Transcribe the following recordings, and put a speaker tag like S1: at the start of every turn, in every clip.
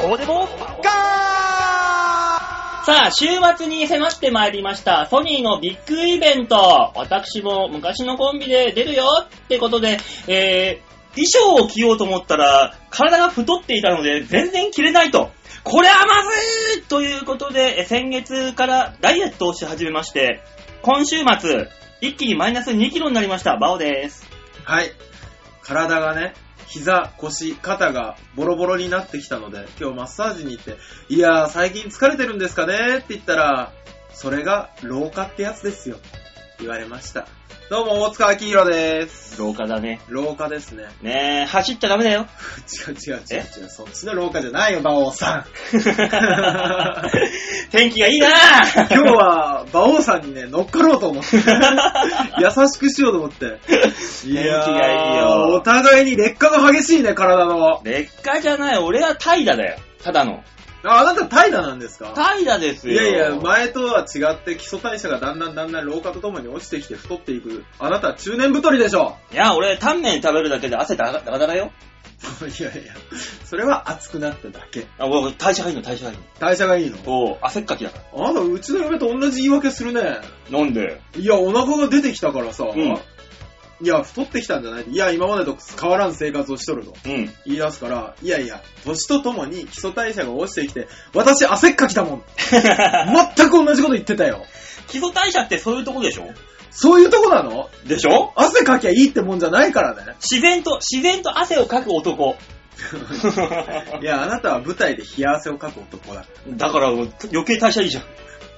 S1: こでもガ
S2: さあ、週末に迫ってまいりました、ソニーのビッグイベント。私も昔のコンビで出るよってことで、えー、衣装を着ようと思ったら、体が太っていたので、全然着れないと。これはまずいということで、え先月からダイエットをし始めまして、今週末、一気にマイナス2キロになりました。バオです。
S3: はい。体がね、膝、腰、肩がボロボロになってきたので、今日マッサージに行って、いやー、最近疲れてるんですかねって言ったら、それが老化ってやつですよ。言われました。どうも、大塚明宏です。
S2: 老化だね。
S3: 老化ですね。
S2: ねえ、走っちゃダメだよ。
S3: 違う違う違う違う。そっちの老化じゃないよ、馬王さん。
S2: 天気がいいな
S3: 今日は、馬王さんにね、乗っかろうと思って。優しくしようと思って。いやー、
S2: 気がいいよ
S3: お互いに劣化が激しいね、体 の。
S2: 劣化じゃない、俺は怠惰だよ。ただの。
S3: あ、あなた怠惰なんですか
S2: 怠惰です
S3: い
S2: よ。
S3: やいや、前とは違って基礎代謝がだんだんだんだん老化とともに落ちてきて太っていく。あなたは中年太りでしょ
S2: いや、俺、タンメン食べるだけで汗だがだがだがよ。
S3: いやいや、それは熱くなっただけ。
S2: あ、俺、代謝がいいの、代謝がいい
S3: 代謝がいいの
S2: の。おう、汗っかきだか
S3: あなた、うちの嫁と同じ言い訳するね。
S2: ら。なんで
S3: いや、お腹が出てきたからさ、
S2: うん
S3: いや、太ってきたんじゃないいや、今までと変わらん生活をしとると
S2: うん。
S3: 言い出すから、いやいや、年とともに基礎代謝が落ちてきて、私汗っかきだもん全く同じこと言ってたよ。
S2: 基礎代謝ってそういうとこでしょ
S3: そういうとこなの
S2: でしょ
S3: 汗かきゃいいってもんじゃないからね。
S2: 自然と、自然と汗をかく 男。
S3: いや、あなたは舞台で冷や汗をかく男だ。
S2: だから、余計代謝いいじゃん。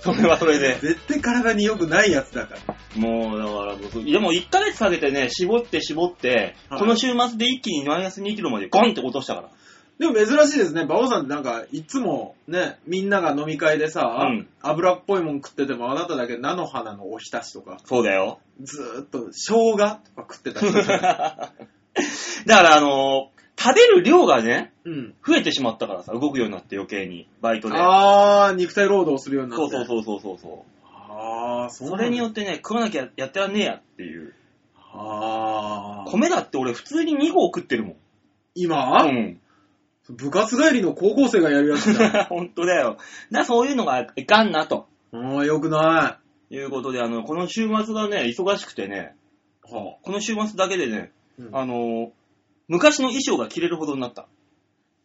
S2: それはそれで。
S3: 絶対体に良くないやつだから。
S2: もう、だから僕、でも1ヶ月かけてね、絞って絞って、
S3: はい
S2: この週末で一気にマイナス2キロまでゴンって落としたから。
S3: でも珍しいですね。馬王さんってなんか、いつもね、みんなが飲み会でさ、
S2: うん
S3: 油っぽいもん食ってても、あなただけ菜の花のおひたしとか、
S2: そうだよ。
S3: ずーっと生姜とか食ってた り
S2: だ
S3: して
S2: から、あのー食べる量がね、
S3: うん。
S2: 増えてしまったからさ、動くようになって余計に、バイトで。
S3: あー、肉体労働をするようになっ
S2: そう
S3: て。
S2: そう
S3: う。
S2: そうそうそうそう。
S3: あー、そう
S2: そ
S3: なんだ
S2: れによってね、食わなきゃやってらんねえやっていう。
S3: あー。
S2: 米だって俺普通に2合食ってるもん。
S3: 今、
S2: うん。
S3: 部活帰りの高校生がやるやつじ ゃん。
S2: 本当だよ。な、そういうのがいかんな、と
S3: あー、よくな
S2: いうことで、あの、この週末がね、忙しくてね、
S3: い。は
S2: この週末だけでね、
S3: うん
S2: あの、昔の衣装が着れるほどになった。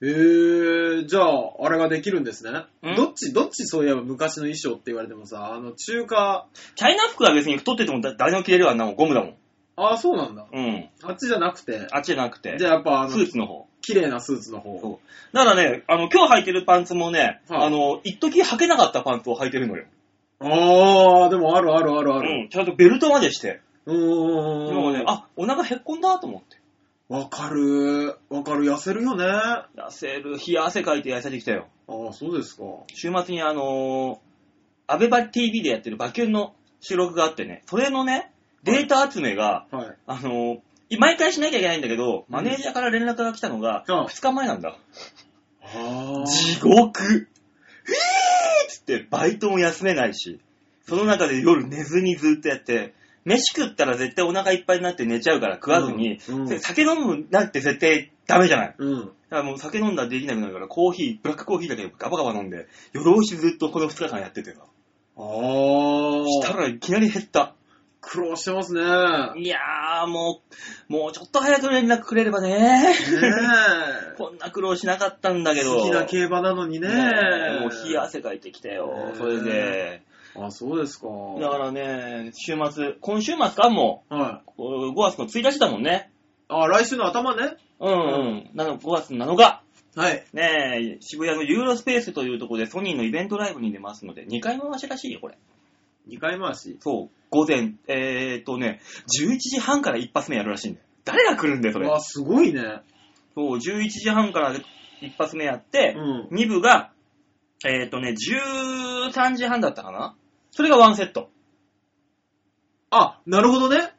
S3: えー、じゃあ、あれができるんですね
S2: ん。
S3: どっち、どっちそういえば昔の衣装って言われてもさ、あの、中華、
S2: チャイナ服は別に太っててもだ誰でも着れるわ、あんなもんゴムだもん。
S3: ああ、そうなんだ。
S2: うん。
S3: あっちじゃなくて、
S2: あっちじゃなくて
S3: じ。ゃあやっぱあ
S2: ス
S3: の
S2: ー、ツの方。
S3: 綺麗なスーツの
S2: そう
S3: 方。
S2: だからね、あの、今日履いてるパンツもね、
S3: はい
S2: あの、一時履けなかったパンツを履いてるのよ。
S3: ああ、でもあるあるあるあ
S2: う
S3: る。
S2: ん。ちゃんとベルトまでして。
S3: うーん。
S2: でもね、あ、お腹へっこんだと思って。
S3: わかる。わかる。痩せるよね。あ
S2: 痩せる、冷や汗かいて痩せてきたよ。
S3: あ、そうですか。
S2: 週末にあのー、アベバ TV でやってるバキュンの収録があってね、それのね、データ集めが、
S3: はい。
S2: あのー、毎回しなきゃいけないんだけど、マネージャーから連絡が来たのが、
S3: うん
S2: 2日前なんだ。
S3: あ
S2: 地獄えーっつって、バイトも休めないし、その中で夜寝ずにずっとやって、飯食ったら絶対お腹いっぱいになって寝ちゃうから食わずに、
S3: うんうん
S2: 酒飲むなんて絶対ダメじゃない。
S3: うん。
S2: だからもう酒飲んだらできなくなるから、コーヒー、ブラックコーヒーだけガバガバ飲んで、夜通しずっとこの2日間やっててさ。
S3: あ
S2: した
S3: あ。
S2: らいきなり減った。
S3: 苦労してますね。
S2: いやーもう、もうちょっと早く連絡くれればね。
S3: ねえ。
S2: こんな苦労しなかったんだけど。
S3: 好きな競馬なのにね。
S2: ねえもう冷や汗かいてきたよ
S3: ね。え
S2: それで、
S3: あ、そうですか。
S2: だからね、週末、今週末かも
S3: はい。
S2: う、5月の1日だもんね。
S3: あ、来週の頭ね。
S2: うんうん。なの5月の7日。
S3: はい。
S2: ねえ、渋谷のユーロスペースというところでソニーのイベントライブに出ますので、2回回しらしいよ、これ。
S3: 2回回し。
S2: そう、午前、えーっとね、11時半から一発目やるらしいんだよ。誰が来るんだよ、それ。
S3: わ、すごいね。
S2: そう、11時半から一発目やって、
S3: うん。
S2: 2部が、えーっとね、13時半だったかなそれがワンセット。
S3: あ、なるほどね。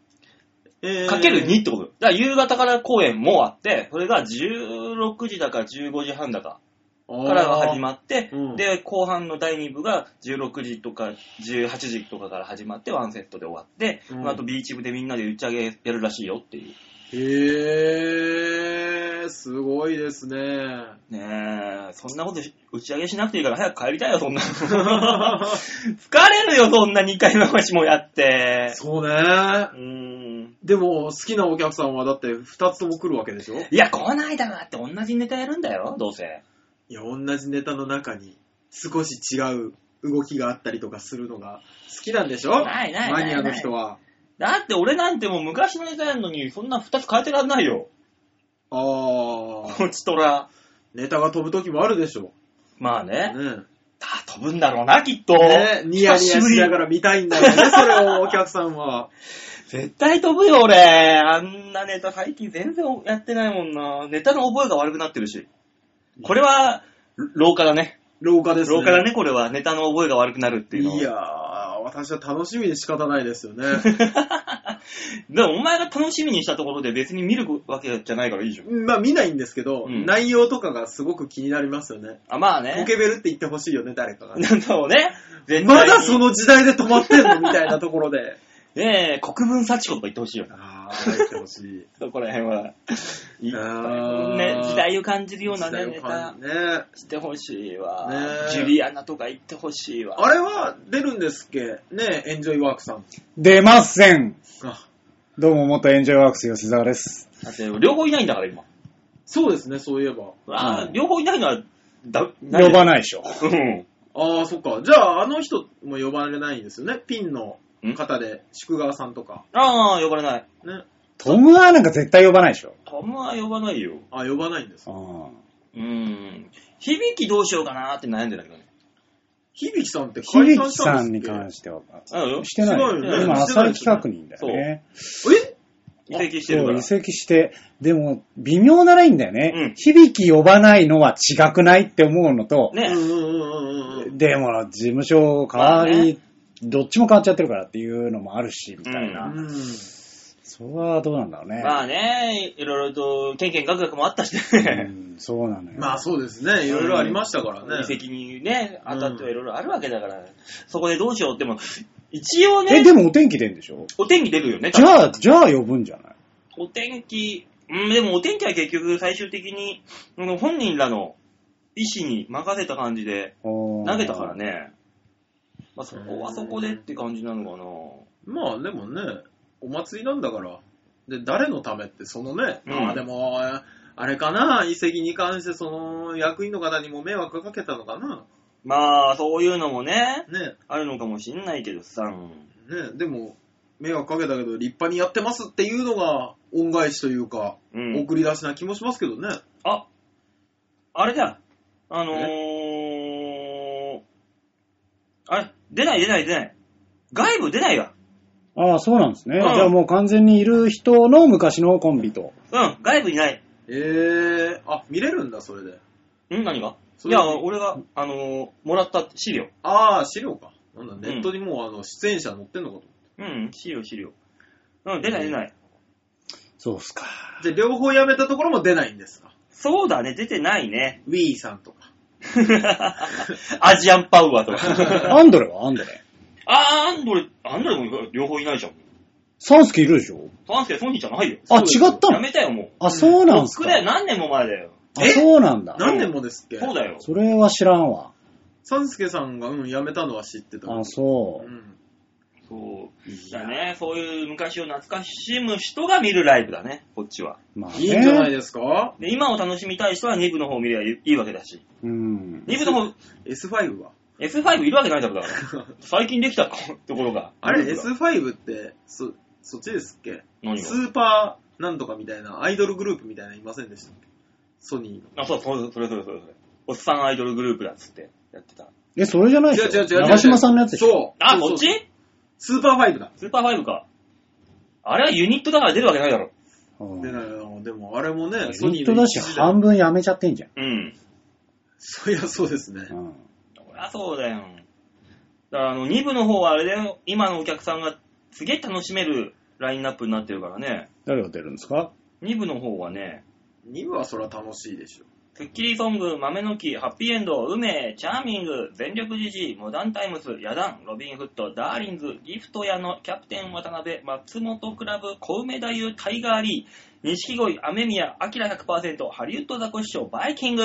S3: えー
S2: かける2ってこと。だから夕方から公演もあって、それが16時だか15時半だかからが始
S3: ま
S2: まって、
S3: あーうん
S2: で、後半の第2部が16時とか18時とかから始まって、ワンセットで終わって、
S3: うん
S2: その後ビーチ部でみんなで打ち上げやるらしいよっていう。
S3: へえ。ね。すごいです ね。
S2: ねえ、そんなことし打ち上げしなくていいから早く帰りたいよ、そ んなの。疲れるよ、そんな2回回しもやって。
S3: そうね
S2: う。ーん。
S3: でも、好きなお客さんはだって2つとも来るわけでしょ
S2: いや、来ないだなって同じネタやるんだよ、どうせ。
S3: いや、同じネタの中に少し違う動きがあったりとかするのが好きなんでしょ
S2: ないないないない
S3: マニアの人は。
S2: だって俺なんてもう昔のネタやるのに、そんな2つ変えてらんないよ。
S3: あー、
S2: こちとら。
S3: ネタが飛ぶ時もあるでしょ。
S2: まあね。
S3: ね
S2: あ飛ぶんだろうな、きっと。
S3: ねニヤニヤしながら見たいんだよね、それをお客さんは。
S2: 絶対飛ぶよ、俺。あんなネタ最近全然やってないもんな。ネタの覚えが悪くなってるし。これは、廊下だね。
S3: 廊下ですね。
S2: 廊下だね、これは。ネタの覚えが悪くなるっていうのは。
S3: いやー、私は楽しみで仕方ないで すよね。
S2: でもお前が楽しみにしたところで別に見るわけじゃないからいいでしょ。
S3: まあ見ないんですけど、
S2: うん
S3: 内容とかがすごく気になりますよね。
S2: あ、まあ
S3: ポ
S2: ね。
S3: ケベルって言ってほしいよね、誰かが。
S2: そうね。絶対に
S3: まだその時代で止まってんのみたいなとこ ろで。
S2: ねえ、国分幸子とか言ってほしいよな。
S3: あー、言ってほしい。
S2: そこら辺は。いい
S3: あー
S2: ね、時代を感じるようなね、
S3: 時
S2: ネ
S3: 代を感
S2: タ
S3: じね。
S2: してほしいわ
S3: ね。え
S2: ジュリアナとか言ってほしいわ。
S3: あれは出るんですっけねエンジョイワークさん。
S1: 出ません。
S3: あ
S1: どうも、元エンジョイワークス吉沢です。
S2: だって両方いないんだから今。
S3: そうですね、そういえば。
S2: あー
S1: うん
S2: 両方いないのは、だ、
S1: 呼
S2: な
S1: ば
S2: い
S1: ないでしょ。
S2: で。うん。
S3: ああ、そっか。じゃあ、あの人も呼ばれないんですよね。ピンの方で、宿川さんとか。
S2: ああ、呼ばれない。
S3: ね。
S1: トムはなんか絶対呼ばないでしょ。
S2: トムは呼ばないよ。
S3: あ呼ばないんです。
S2: うん。響きどうしようかなーって悩んでたけどね。
S3: 響さんって解
S1: 響
S3: 散した
S1: さ
S3: ん
S1: ん
S3: で
S1: に
S3: すっけ
S1: 関しては、
S2: あよ
S1: してない
S3: すごい
S1: よ。
S3: ね
S1: 今、
S3: してないで
S1: 浅井
S3: すよね
S1: 企画にいんだよね。
S3: え
S2: 移籍してる
S1: そ
S2: か
S1: う、
S2: ら
S1: 移。籍して、でも、微妙なラインだよ
S2: う
S1: ね
S2: ん。
S1: 響き呼ばないのは違くないって思うのと、
S3: うん
S2: ね。
S3: うんうんうんうん。
S1: でも、事務所変わ
S2: まあね
S1: り、どっちも変わっちゃってるからっていうのもあるし、みたい
S3: うん
S1: な。それはどうなんだろうね。
S2: まあね、いろいろと、ケンケンガクガクもあったし
S1: う
S2: ね。
S1: んそうなのよ。
S3: まあそうですね。いろいろありましたからね。
S2: 移籍にね、当たってはいろいろあるわけだから、そこでどうしようっても、一応
S1: え、
S2: ね、
S1: でもお天気出んでしょ
S2: お天気出るよね。
S1: じゃあ、じゃあ呼ぶんじゃない
S2: お天気、うん、でもお天気は結局最終的に、うん本人らの意思に任せた感じで
S1: 投
S2: 投げたから。ね。まあそこはそこでって感じなのかな。
S3: まあでもね、お祭りなんだから。で、誰のためって、そのね、
S2: うん
S3: まあでも、あれかな、遺跡に関して、その、役員の方にも迷惑かけたのかな。
S2: まあそういうのもね、
S3: ね、
S2: あるのかもしんないけどさ。
S3: ね、でも、迷惑かけたけど、立派にやってますっていうのが、恩返しというか、
S2: うん
S3: 送り出しな気もしますけどね。
S2: あ、あれだ。あのー、あれ、出ない出ない出ない。外部出ないわ。
S1: ああ、そうなんです
S2: う
S1: ね。
S2: ん
S1: じゃあもう完全にいる人の昔のコンビと。
S2: うん、外部いない。
S3: えー、あ、見れるんだ、それで。
S2: ん何が
S3: そ
S2: い
S3: れ
S2: や、俺が、あのー、もらった資料。
S3: あー、資料か。なんだ、
S2: ん
S3: ネットにもう、あの、出演者載ってんのかと。
S2: うん、資料資料。うん、出ない出ない。
S1: そうっすか。
S3: じゃあ、両方やめたところも出ないんですか。
S2: そうだね、出てないね。
S3: ウィーさんとか。
S2: アジアンパウアーとか。
S1: アンドレはアンドレ。
S2: あー、アンドレ、アンドレも両方いないじゃん。
S1: サンスケいるでしょ
S2: サンスケ、ソニーじゃないよ。
S3: そ
S1: あ、
S3: うです
S1: 違った
S2: や
S1: の
S2: めたよ、もう。
S1: あ、そうなんす
S2: 僕
S1: か。
S2: だよ、何年も前だよ。
S1: あ、そうなんだ。
S3: 何年もですっけ
S2: そうだよ。
S1: それは知らんわ。
S3: サンスケさんが、うん、辞めたのは知ってた。
S1: あ、そうう。
S3: ん。
S2: そう。
S3: い
S2: だね、そういう昔を懐かしむ人が見るライブだね、こっちは。
S1: まあね。
S3: いいんじゃないですか
S2: で、今を楽しみたい人は2部の方を見ればいいわけだし。
S1: うん。
S2: 2部の方、
S3: ?S5 は
S2: S5 いるわけないだろ、だから。 最近できたところが。
S3: あれ、
S2: グループ
S3: S5 って、そ、そっちですっけ
S2: が何
S3: ス
S2: が
S3: ーパーなんとかみたいな、アイドルグループみたいなのいませんでしたっけソニ
S2: あ、そう、そうそれそれそれそれ。おっさんアイドルグループだっつってやってた。
S1: え、それじゃない
S3: ー
S1: で
S3: の。
S1: しょ長島さんのやつでしょ
S3: そう。
S2: あ、
S3: そう
S2: こ
S3: そ
S2: っ
S3: う
S2: ち
S3: スーパー5だ。
S2: スーパーファイブか。あれはユニットだから出るわけないだろ。
S1: うん
S3: ででも、あれもね、ソ
S1: ユ
S3: ニ
S1: ニッ
S3: ー
S1: ト
S3: の
S1: だ
S3: 一
S1: し、
S3: 時代
S1: 半分やめちゃってんじゃん。
S2: うん。
S3: そりゃそうですね。
S1: うん
S2: そりゃそうだよ。だからあの、2部の方はあれだよ、今のお客さんがすげえ楽しめるラインナップになってるからね。
S1: 誰が出るんですか
S2: 2部の方はね、
S3: 2部はそりゃ楽しいでしょ。
S2: スッキリソング、豆の木、ハッピーエンド、梅、チャーミング、全力じじい、モダンタイムズ、ヤダン、ロビンフット、ダーリンズ、ギフト屋のキャプテン渡辺、松本クラブ、小梅太夫、タイガーリー、錦鯉、雨宮、アキラ100%、ハリウッドザコシショウ、バイキング。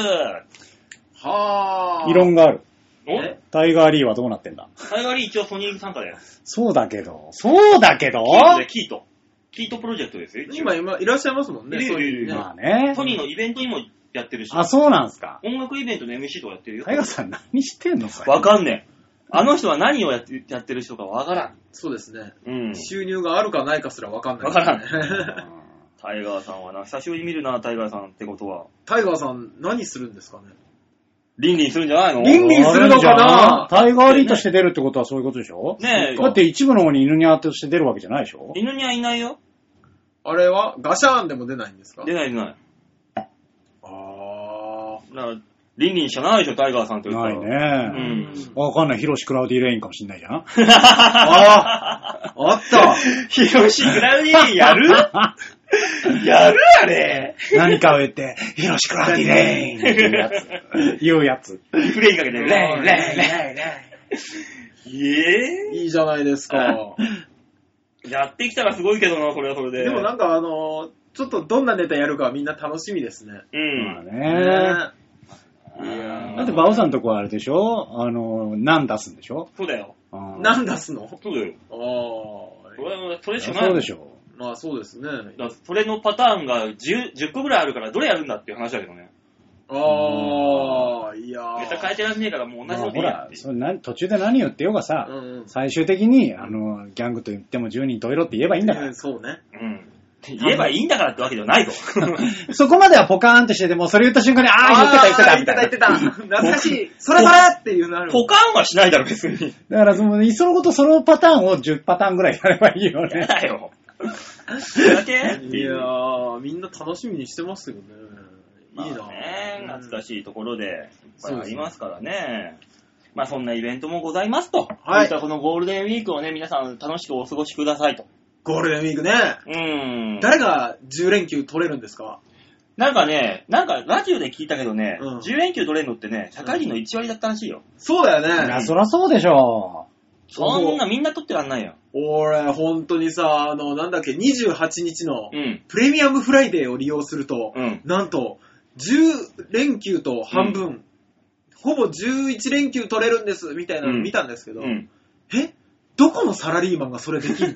S3: はあ。
S1: 異論がある。
S2: お
S3: え
S1: タイガーリーはどうなってんだ
S2: タイガーリー一応ソニー参加だよ。
S1: そうだけど。そうだけど
S2: キートでキート。キートプロジェクトですよ。一応
S3: 今、今、いらっしゃいますもんね。
S2: いるいるいる
S3: そううね
S1: まあね。
S2: ソニーのイベントにもやってるし。
S1: あ、そうなんすか。
S2: 音楽イベントの MC とかやってるよ
S1: タ。イガーさん何してんのそれ
S2: わかんねえ。あの人は何をやってやってる人かわからん。
S3: そうですね。
S2: うん。
S3: 収入があるかないかすらわかんない、
S2: わからん
S3: ん。
S2: タイガーさんはな、久しぶりに見るな、タイガーさんってことは。
S3: タイガーさん、何するんですかね。
S2: リンリンするんじゃないの
S3: リンリンするのかな
S1: タイガーリーとして出るってことはそういうことでしょ
S2: ねえ
S1: だって一部の方に犬ニャーとして出るわけじゃないでしょ
S2: 犬にはいないよ。
S3: あれはガシャーンでも出ないんですか
S2: 出ない出ない。
S3: あ
S2: だから、リンリンしかないでしょ、タイガーさんって言った
S1: な
S2: ら。
S1: い
S3: ー。
S1: ね。
S2: うん
S1: わかんない。ヒロシ・クラウディ・レインかもしんないじゃん。
S3: ああ、あ った。
S2: ヒロシ、グラウディや るやるあれ。
S1: 何かを言って、ヒロシ・クラウディ・レインっていうやつ。言うやつ。
S2: リフレインかけて、レイン、レイン、レ
S3: イレ
S2: イン。え
S3: イ。いいじゃないですか。
S2: ぇやってきたらすごいけどな、それはそれで。
S3: でもなんかあのー、ちょっとどんなネタやるかはみんな楽しみですね。
S2: う
S1: まあ
S2: ん。
S1: ね。
S3: ねいや
S1: だってバオさんとこはあれでしょあの、何出すんでしょ
S2: そうだよ。
S1: うん
S3: 何出すの
S2: そうだよ。
S3: あ
S2: それ
S3: あ。
S2: はそれしかない。
S1: そうでしょ
S3: まあそうですね。
S2: だからそれのパターンが 10, 10個ぐらいあるから、どれやるんだっていう話だけどね。
S3: ああ、いやー
S2: ネタ変えてらんねえから、もう同
S1: まあ
S2: じのでいい
S1: ほ
S2: や
S1: ら
S2: っ、ていう。
S1: それ何途中で何言ってようがさ
S3: う、んうん
S1: 最終的に、あの、ギャングと言っても10人といろって言えばいいんだか
S3: う
S1: ら。
S3: そうね。
S2: うん。言えばいいんだからってわけじゃないぞ。
S1: そこまではポカーンとしてても、それ言った瞬間に、ああ、言ってた、言ってた、
S3: 言
S1: み
S3: って
S1: たい
S3: た、
S1: な。
S3: 言ってた。懐かしい。それそれっていうなる。
S2: ポカーンはしないだろ、別 に。
S1: だから、その、いっそのことそのパターンを10パターンぐらいやればいいよ
S2: や
S1: ね。
S2: だよ。それだけ
S3: いやー、みんな楽しみにしてますよね。いいな、
S2: まあね、懐か
S3: い。
S2: しいところで、いっぱい
S3: そう
S2: あ
S3: です
S2: り
S3: ね
S2: ますからね。まあそんなイベントもございますと。
S3: はい
S2: こういったこのゴールデンウィークをね、皆さん楽しくお過ごしくださいと。
S3: ゴールデンウィークね。
S2: うん。
S3: 誰が10連休取れるんですか
S2: なんかね、なんかラジオで聞いたけどね、
S3: うん
S2: 10連休取れるのってね、社会人の1割だったらしいよ。
S3: そうだ
S1: い
S3: よ
S1: や、
S3: ね。
S1: そらそうでしょ
S2: そんなみんな取ってらんないよ。
S3: 俺、本当にさ、あの、なんだっけ、28日の
S2: うん。
S3: プレミアムフライデーを利用すると、
S2: うん。
S3: なんと、10連休と半分、ほぼ11連休取れるんです、みたいなの見たんですけど、
S2: うん。
S3: えどこのサラリーマンがそれ できんの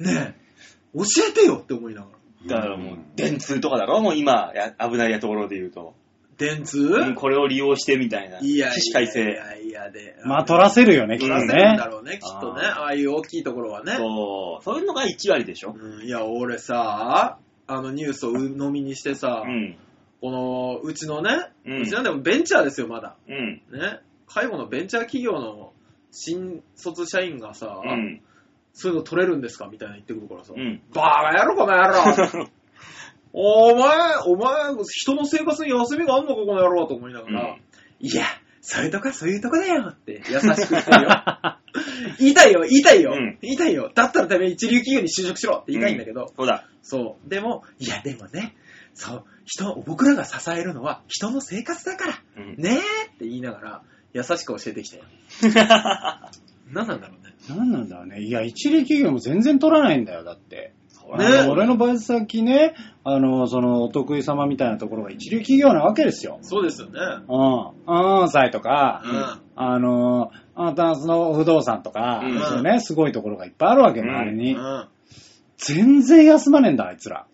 S3: ねえ、教えてよって思いながら。
S2: だからもう、電通とかだろもう今、や危ないところで言うと。
S3: 電通、
S2: うんこれを利用してみたいな。
S3: いやいやいやいや
S2: 起死回生。
S3: いやで。
S1: う。まあ、取らせるよね、きっ
S3: 取
S1: と
S3: らせるんだ
S1: ね。
S3: ろうね、きっとね。
S2: あ
S3: ああいう大きいところはね。
S2: そう。そういうのが1割でしょ。
S3: うん、いや、俺さ、あのニュースを鵜呑みにしてさ、
S2: うん。
S3: この、うちのね、
S2: う
S3: うんちのでもベンチャーですよ、まだ。
S2: うん。
S3: ね。介護のベンチャー企業の新卒社員がさ、
S2: うん。
S3: そういうの取れるんですかみたいな言ってくるからさ、
S2: うん。
S3: バカやろ、この 野郎お前、お前、人の生活に休みがあんのか、この野郎と思いながら、
S2: うん
S3: いや、そういうとこそういうとこだよって優しく言っ てるよ。言いたいよ、言いたいよ、
S2: うん
S3: 言いたいよ。だったらてめえ一流企業に就職しろって言いたいんだけど、
S2: そうだ。
S3: そう。でも、いや、でもね、そう、人、僕らが支えるのは人の生活だから、
S2: うん。
S3: ねえって言いながら、優しく教えてきたよ。何なんだろうね。
S1: なんなんだろうね。いや、一流企業も全然取らないんだよ、だって。
S3: ね
S1: あの俺のバイト先ね、あの、その、お得意様みたいなところが一流企業なわけですよ。
S3: そうですよね。
S1: うん。あーん、歳とか、
S3: うん。
S1: あの、あダンスの不動産とか、
S2: うん
S1: そうね、すごいところがいっぱいあるわけ
S2: うん
S1: よ、あれ
S3: う
S1: に。
S3: ん。
S1: 全然休まねえんだ、あいつら。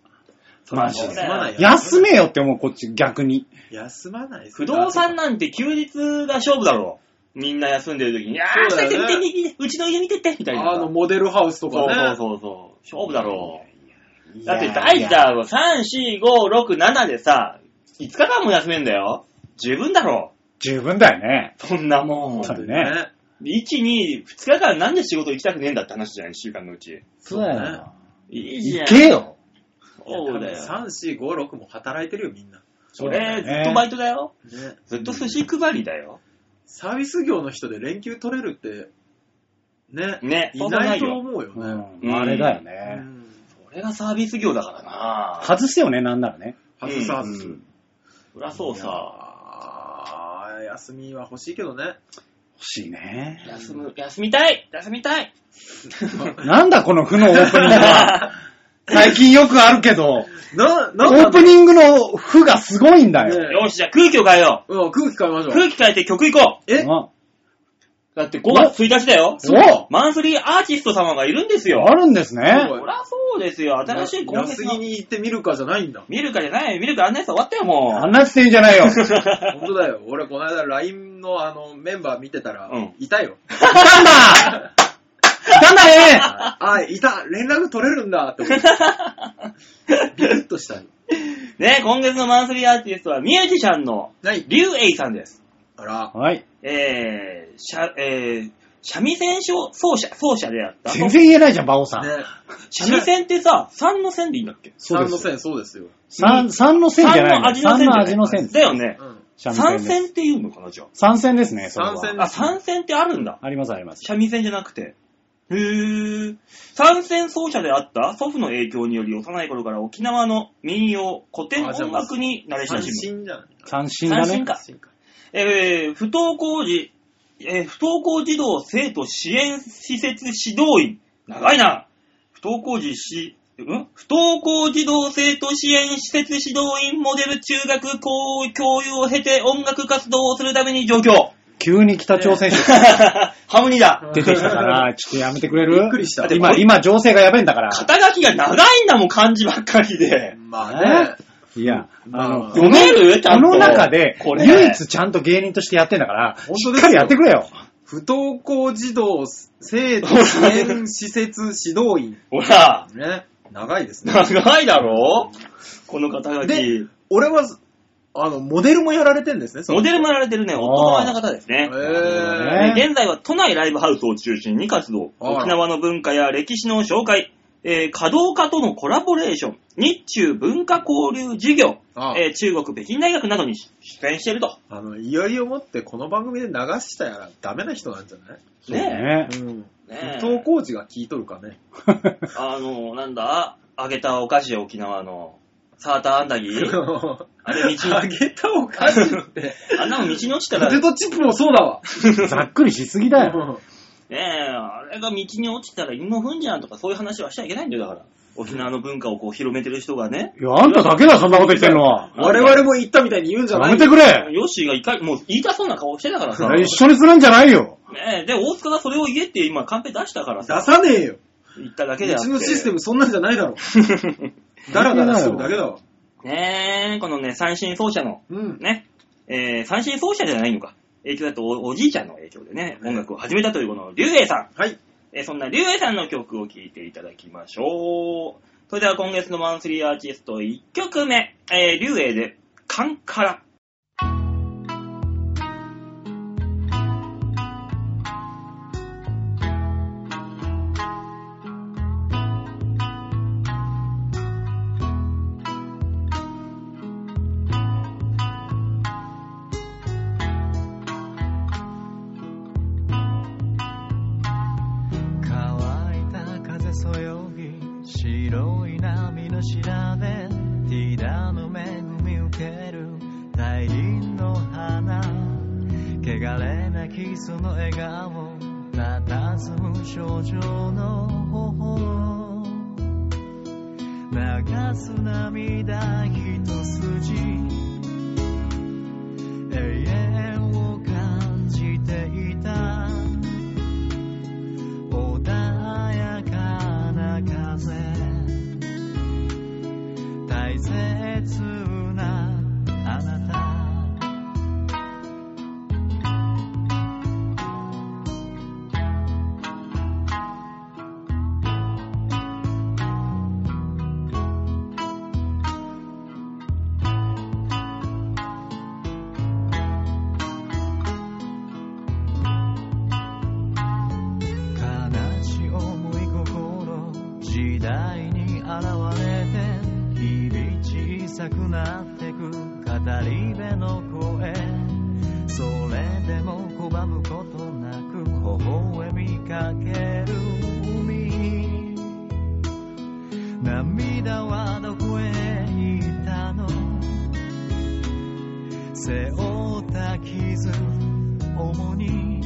S1: マジ
S2: そう
S1: で。
S2: だよ
S1: 休めよって思う、こっち、逆に。
S3: 休まない
S2: 不動産
S3: な
S2: なんて休日が勝負だろ。みんな休んでる時に、あー、
S3: そうだよ
S2: 来
S3: ね
S2: て見て見て見て、うちの家見てって、みたいな。
S3: あの、モデルハウスとか
S2: そう
S3: ね。
S2: そうそうそう。勝負だろう。だって
S1: い
S2: 大
S1: や
S2: 事だろ。3、4、5、6、7でさ、5日間も休めんだよ。十分だろ。
S1: 十分だよね。
S2: そんなもん。
S1: そうだよね。
S3: ね。
S2: 1、2、2日間なんで仕事行きたくねえんだって話じゃん、1週間のうち。
S1: そうだよ。
S2: いいじゃ
S1: 行
S2: ん。
S1: けよ。
S2: そうだよ。
S3: 3、4、5、6も働いてるよ、みんな。
S2: それ、ず
S1: ね
S2: っとバイトだよ。
S3: ね。
S2: ずっと寿司配りだよ。
S3: サービス業の人で連休取れるって、ね。
S2: ね、
S3: い
S2: そうそうな
S3: ないいと
S2: よ。
S3: 思うよ
S1: う
S3: ね。
S1: ん。あれだよね。
S3: ん。
S2: これがサービス業だからな。
S1: 外してよね、なんならね。
S3: 外す外す
S2: うんそりゃそうさ。
S3: あー休みは欲しいけどね。
S1: 欲しいね。
S2: 休む、休みたい休みた い
S1: なんだこの負のオープニング は。最近よくあるけど、
S3: な、
S1: オ
S3: なん
S1: ープ
S3: か、
S1: ニングの負がすごいんだよ。
S3: ね
S2: よし、じゃあ空気を変えよ
S3: うん、空気変えまし
S2: う。
S3: ょう。
S2: 空気変えて曲行こ
S3: え
S1: あ
S2: う。だって5月1日だよ。
S1: そう
S2: マンスリーアーティスト様がいるんですよ。
S1: あるんですね
S3: そ。
S2: そりゃそうですよ。新しいコン
S3: 安
S2: テンツ
S3: 杉
S2: の。
S3: に行ってみるかじゃないんだ。
S2: 見るかじゃないよ。見るかあんなやつ終わったよ、もう。
S1: あんなやつってんじゃないよ。い
S3: 本当 だよ。俺、この間 LINE のあの、メンバー見てたら、
S2: うん
S3: い たよ。
S1: たんだいたんだね
S3: あ、いた連絡取れるんだって 思って。ビビッとしたよ。
S2: ね、今月のマンスリーアーティストはミュージシャンの
S3: 何
S2: リュウエイさんです。
S3: あら、
S1: はい。
S2: えー、しゃ、えー、三味線奏者、奏者であった。
S1: 全然言えないじゃん、馬王さん。
S3: ね、
S2: 三味線ってさ、三の線でいいんだっけ
S1: そう
S3: 三
S1: で
S3: の
S1: す。
S3: 線、そうですよ。
S1: 三、三の線じゃないの。
S2: 三の
S1: 三の
S2: 味の
S1: 味の
S2: 線
S1: 線
S2: じゃないだよね
S3: う。ん。
S2: 三
S1: 線。
S2: 線っていうのかな、じゃあ。
S1: 三線ですね、それは。
S3: 三線
S2: あ、三線ってあるんだ。
S1: ありますあります。
S2: 三味線じゃなくて。へー。三線奏者であった祖父の影響により幼い頃から沖縄の民謡、古典
S3: あじゃあ
S2: 音楽に慣れ親
S3: 三
S2: し
S3: 振じゃない
S1: 三振だ
S2: 三振
S1: ね
S2: か。
S3: 三振か
S2: み、えー、不登校児、えー不登校児童生徒支援施設指導員。長いな。不登校児し、ん不登校児童生徒支援施設指導員モデル中学校教諭を経て音楽活動をするために上京。
S1: 急に北朝鮮出
S2: ハムニだ。
S1: 出てき たから、ちょっとやめてくれる
S3: びっくりした
S1: 今、今、情勢がやべえんだから。
S2: 肩書きが長いんだもん、漢字ばっかりで。
S3: まあね。
S1: いや、
S3: まあ
S1: あの、
S2: 読めるちゃ
S1: こ
S2: んと。
S1: の中で
S2: こ、れ
S1: 唯一ちゃんと芸人としてやってんだから、
S3: 本
S1: し
S3: 当
S1: っ
S3: ですよ
S1: かりやってくれよ。
S3: 不登校児童生徒支援施設指導員。
S2: ほら、
S3: ね。長いですね。
S2: 長いだろこの肩書
S3: で
S2: き。、
S3: 俺は、あの、モデルもやられてんですね、その
S2: モデルもやられてるね、
S1: あー
S2: 夫の前の方ですね。
S1: ー
S2: ね
S3: へ
S2: 現在は都内ライブハウスを中心に活動。
S3: あら
S2: 沖縄の文化や歴史の紹介。えー、稼働家とのコラボレーション、日中文化交流事業、
S3: あ
S2: えー中国北京大学などに出演していると。
S3: あの、いよいよもってこの番組で流したらダメな人なんじゃない
S2: ね
S1: ね
S3: うん。
S2: え。ねえ
S3: 不登校児が聞いとるかね。
S2: あの、なんだ、揚げたお菓子沖縄の、サーターアンダギ ー。あれ道
S3: あげたお菓子 って。
S2: あんなの道に落ちたら、
S3: ポ
S2: ね
S3: テトチップもそうだわ。
S1: ざっくりしすぎだよ。
S2: え、あれが道に落ちたら犬の糞じゃんとかそういう話はしちゃいけないんだよ、だから。沖縄の文化をこう広めてる人がね。
S1: いや、あんただけだよ、そんなこと言ってんのは。
S3: 我々も言ったみたいに言うんじゃ
S1: や
S3: ない
S1: めてくれ。
S2: ヨッシーが一回、もう言いたそうな顔してたからさ。
S1: 一緒にするんじゃないよ。
S2: ねえ、で、大塚がそれを言えって今カンペ出したから
S3: 出
S2: さ。
S3: さねえよ。
S2: 言っただけで
S3: う
S2: あって。
S3: ちのシステムそんなんじゃないだろ。
S2: ム。
S3: ダラダラしてるだけだわ。
S2: ねえ、このね、三振奏者の、
S3: うん。
S2: ね、えー、三振奏者じゃないのか。影響だとおおじいちゃんの影響でね、音楽を始めたというこの、竜英さん。
S3: はい。
S2: えーそんなリュウエさんの曲を聴いていただきましょう。それでは今月のマンスリーアーティスト1曲目、えー、リュウエで、カンカラ。
S4: 乾いた風そよぎ白い波の調べティーダの恵み受ける大輪の花汚れなきその笑顔佇む少女の頬流す涙一筋永遠を感じていた穏やかな風大切なあなた悲しい思い心時代に現れて日々小さくなってく語り部の声それでも拒むことなく微笑みかける海涙はどこへ行ったの背負った傷重に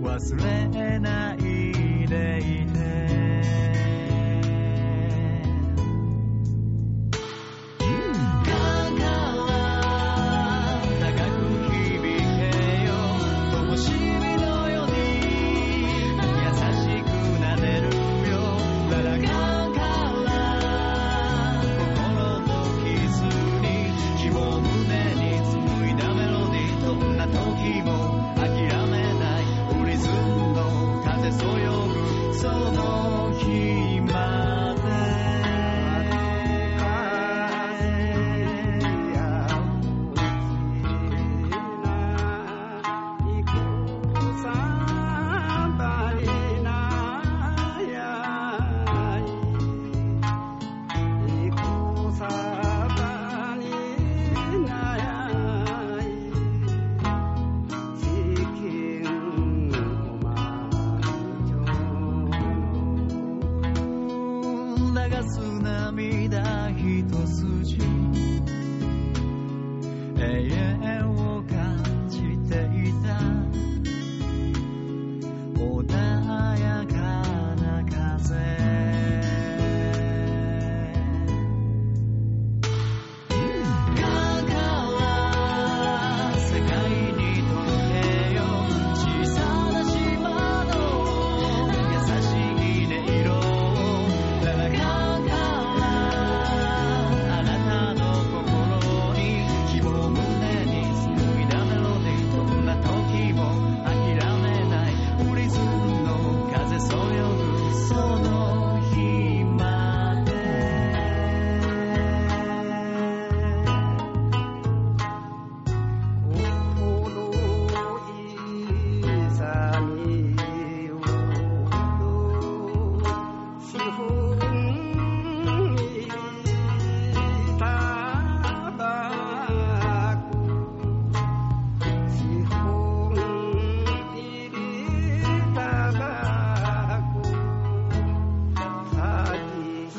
S4: 忘れないでいて「だから長く響けよ」「灯火のように優しくなれるよ」「だから心の傷に希望胸に紡いだメロディー」「どんな時も諦めない」「オリズムの風そよぐその日まで」流す涙一筋永遠を感じていた穏やかな風だから世界に届けよう小さな島の優しい音色をだからあなたの心に希望胸に紡いだメロディーどんな時も諦めないオリズムの風そよぐその日まで心勇みを資本にたばく資本入りたばくはきし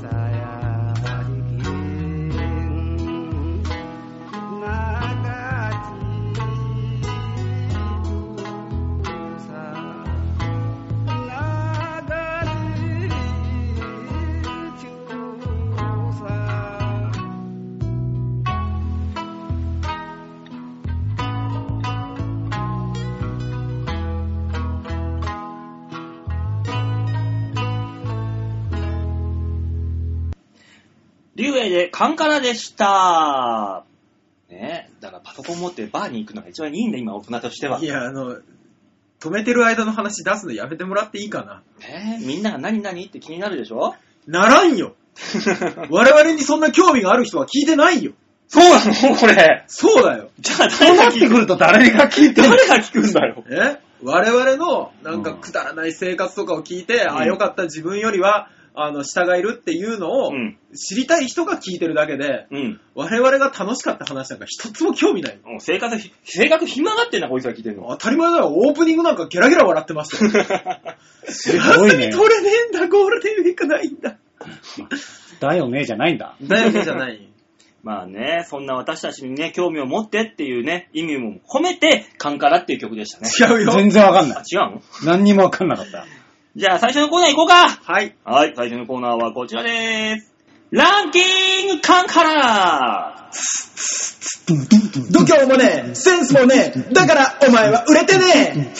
S4: さやりきんThank you.
S2: リュウエイでカンカラでした。ねえ、だからパソコン持ってバーに行くのが一番いいんだ、今、大人としては。
S3: い
S2: ね
S3: や、あの、止めてる間の話出すのやめてもらっていいかな。
S2: え、みんなが何々って気になるでし ょ
S3: ならんよ我々にそんな興味がある人は聞いてないよ
S2: そうなのこれ。
S3: そうだよ
S2: じゃあ
S1: そう
S2: 誰
S1: な
S2: が
S1: っ
S2: 聞
S1: て
S2: く
S1: くると誰が聞いてる
S2: 誰が聞くんだよ。
S3: え我々のなんか
S2: うん
S3: くだらない生活とかを聞いて、
S2: う
S3: あ、
S2: ん
S3: よかった自分よりは、あの、従えるっていうのを
S2: うん
S3: 知りたい人が聞いてるだけで、
S2: うん。
S3: 我々が楽しかった話なんか一つも興味ないよ。
S2: もう生活ひ、性格暇がってんな、こいつが聞いてるの。
S3: 当たり前だよ。オープニングなんかゲラゲラ笑ってましたよ。
S1: すご
S3: 休
S1: い
S3: み
S1: ね。
S3: 取れねえんだ、ゴールデンウィークないんだ。
S1: だよねじゃないんだ。
S3: だよねじゃない。
S2: まあね、そんな私たちにね、興味を持ってっていうね、意味も込めて、カンカラっていう曲でしたね。
S3: 違うよ。
S1: 全然わかんな
S2: あ
S1: い。、
S2: 違うの
S1: 何にもわかんなかった。
S2: じゃあ最初のコーナー行こうか
S3: はい。
S2: はい、最初のコーナーはこちらでーす。ランキングカンカラ
S3: 度胸もねえ、センスもねえ、だからお前は売れてね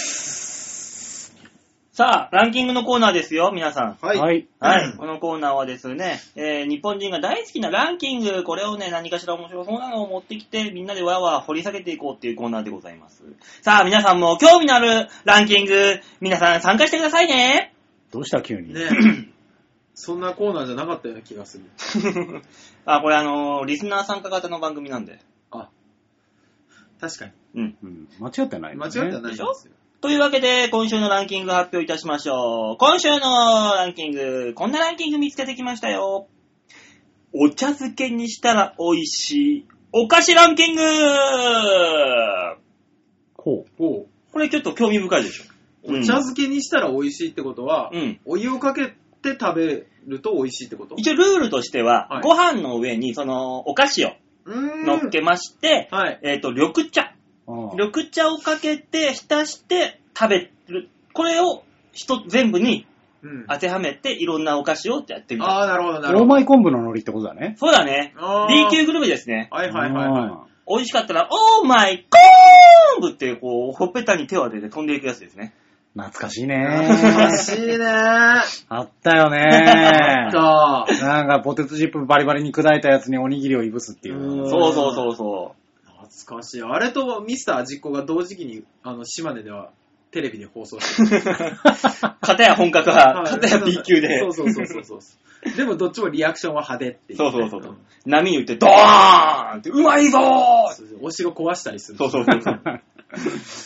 S2: さあ、ランキングのコーナーですよ、皆さん。
S3: え。。
S1: はいい。
S2: はい、
S3: うん
S2: このコーナーはですね、えー日本人が大好きなランキング、これをね、何かしら面白そうなのを持ってきて、みんなでわーわー掘り下げていこうっていうコーナーでございます。さあ、皆さんも興味のあるランキング、皆さん参加してくださいね。
S1: どうした急に。
S3: ねえそんなコーナーじゃなかったような気がする。
S2: あ、これあのーリスナー参加型の番組なんで。
S3: あ、確かに。
S2: うん。
S1: うん、間違ってない、
S3: 間違ってはないんで
S1: い。
S3: す
S2: で
S3: よ。
S2: というわけで、今週のランキング発表いたしましょう。今週のランキング、こんなランキング見つけてきましたよ。お茶漬けにしたら美味しい、お菓子ランキング
S1: こう。
S3: ほう
S2: これちょっと興味深いでしょ。
S3: お茶漬けにしたら美味しいってことは、
S2: うん。
S3: お湯をかけて食べると美味しいってこと
S2: 一応ルールとしては、
S3: はい
S2: ご飯の上にそのお菓子を
S3: うーん。
S2: 乗っけまして、
S3: はい。
S2: えっ、と、緑茶。
S1: うん
S2: 緑茶をかけて、浸して食べる。これを一つ全部に
S3: うん。
S2: 当てはめて、いろんなお菓子をやってみた。
S3: あー、なるほど、なるほ
S1: ロー
S3: ど。
S1: マイ昆布の海苔ってことだね。
S2: そうだね。
S3: あー
S2: B 級グルメですね。
S3: はいはいはいは
S2: 美味しかったら、オーマイコーンブって、こう、ほっぺたに手を当てて飛んでいくやつですね。
S1: い。懐かしい
S3: い。懐か
S1: ね。
S3: しいねー。
S1: あったよ
S3: そ
S1: ね
S3: う。。な
S1: なんかポテトチップバリバリに砕いたやつにおにぎりをいぶすっていうう。
S3: ん
S2: そうそうそうそう。
S3: 懐かしい。あれとミスター実行が同時期に、あの、島根ではテレビで放送してる。
S2: 片や本格派、
S3: はい
S2: 片や B 級で。
S3: そうそうそうそうそうそう。でもどっちもリアクションは派手っていう
S2: そ
S3: ね、
S2: うそうそうそう。波に打って、ドーンって、うまいぞー
S3: うんお城壊したりする。
S2: そうそうそうそう。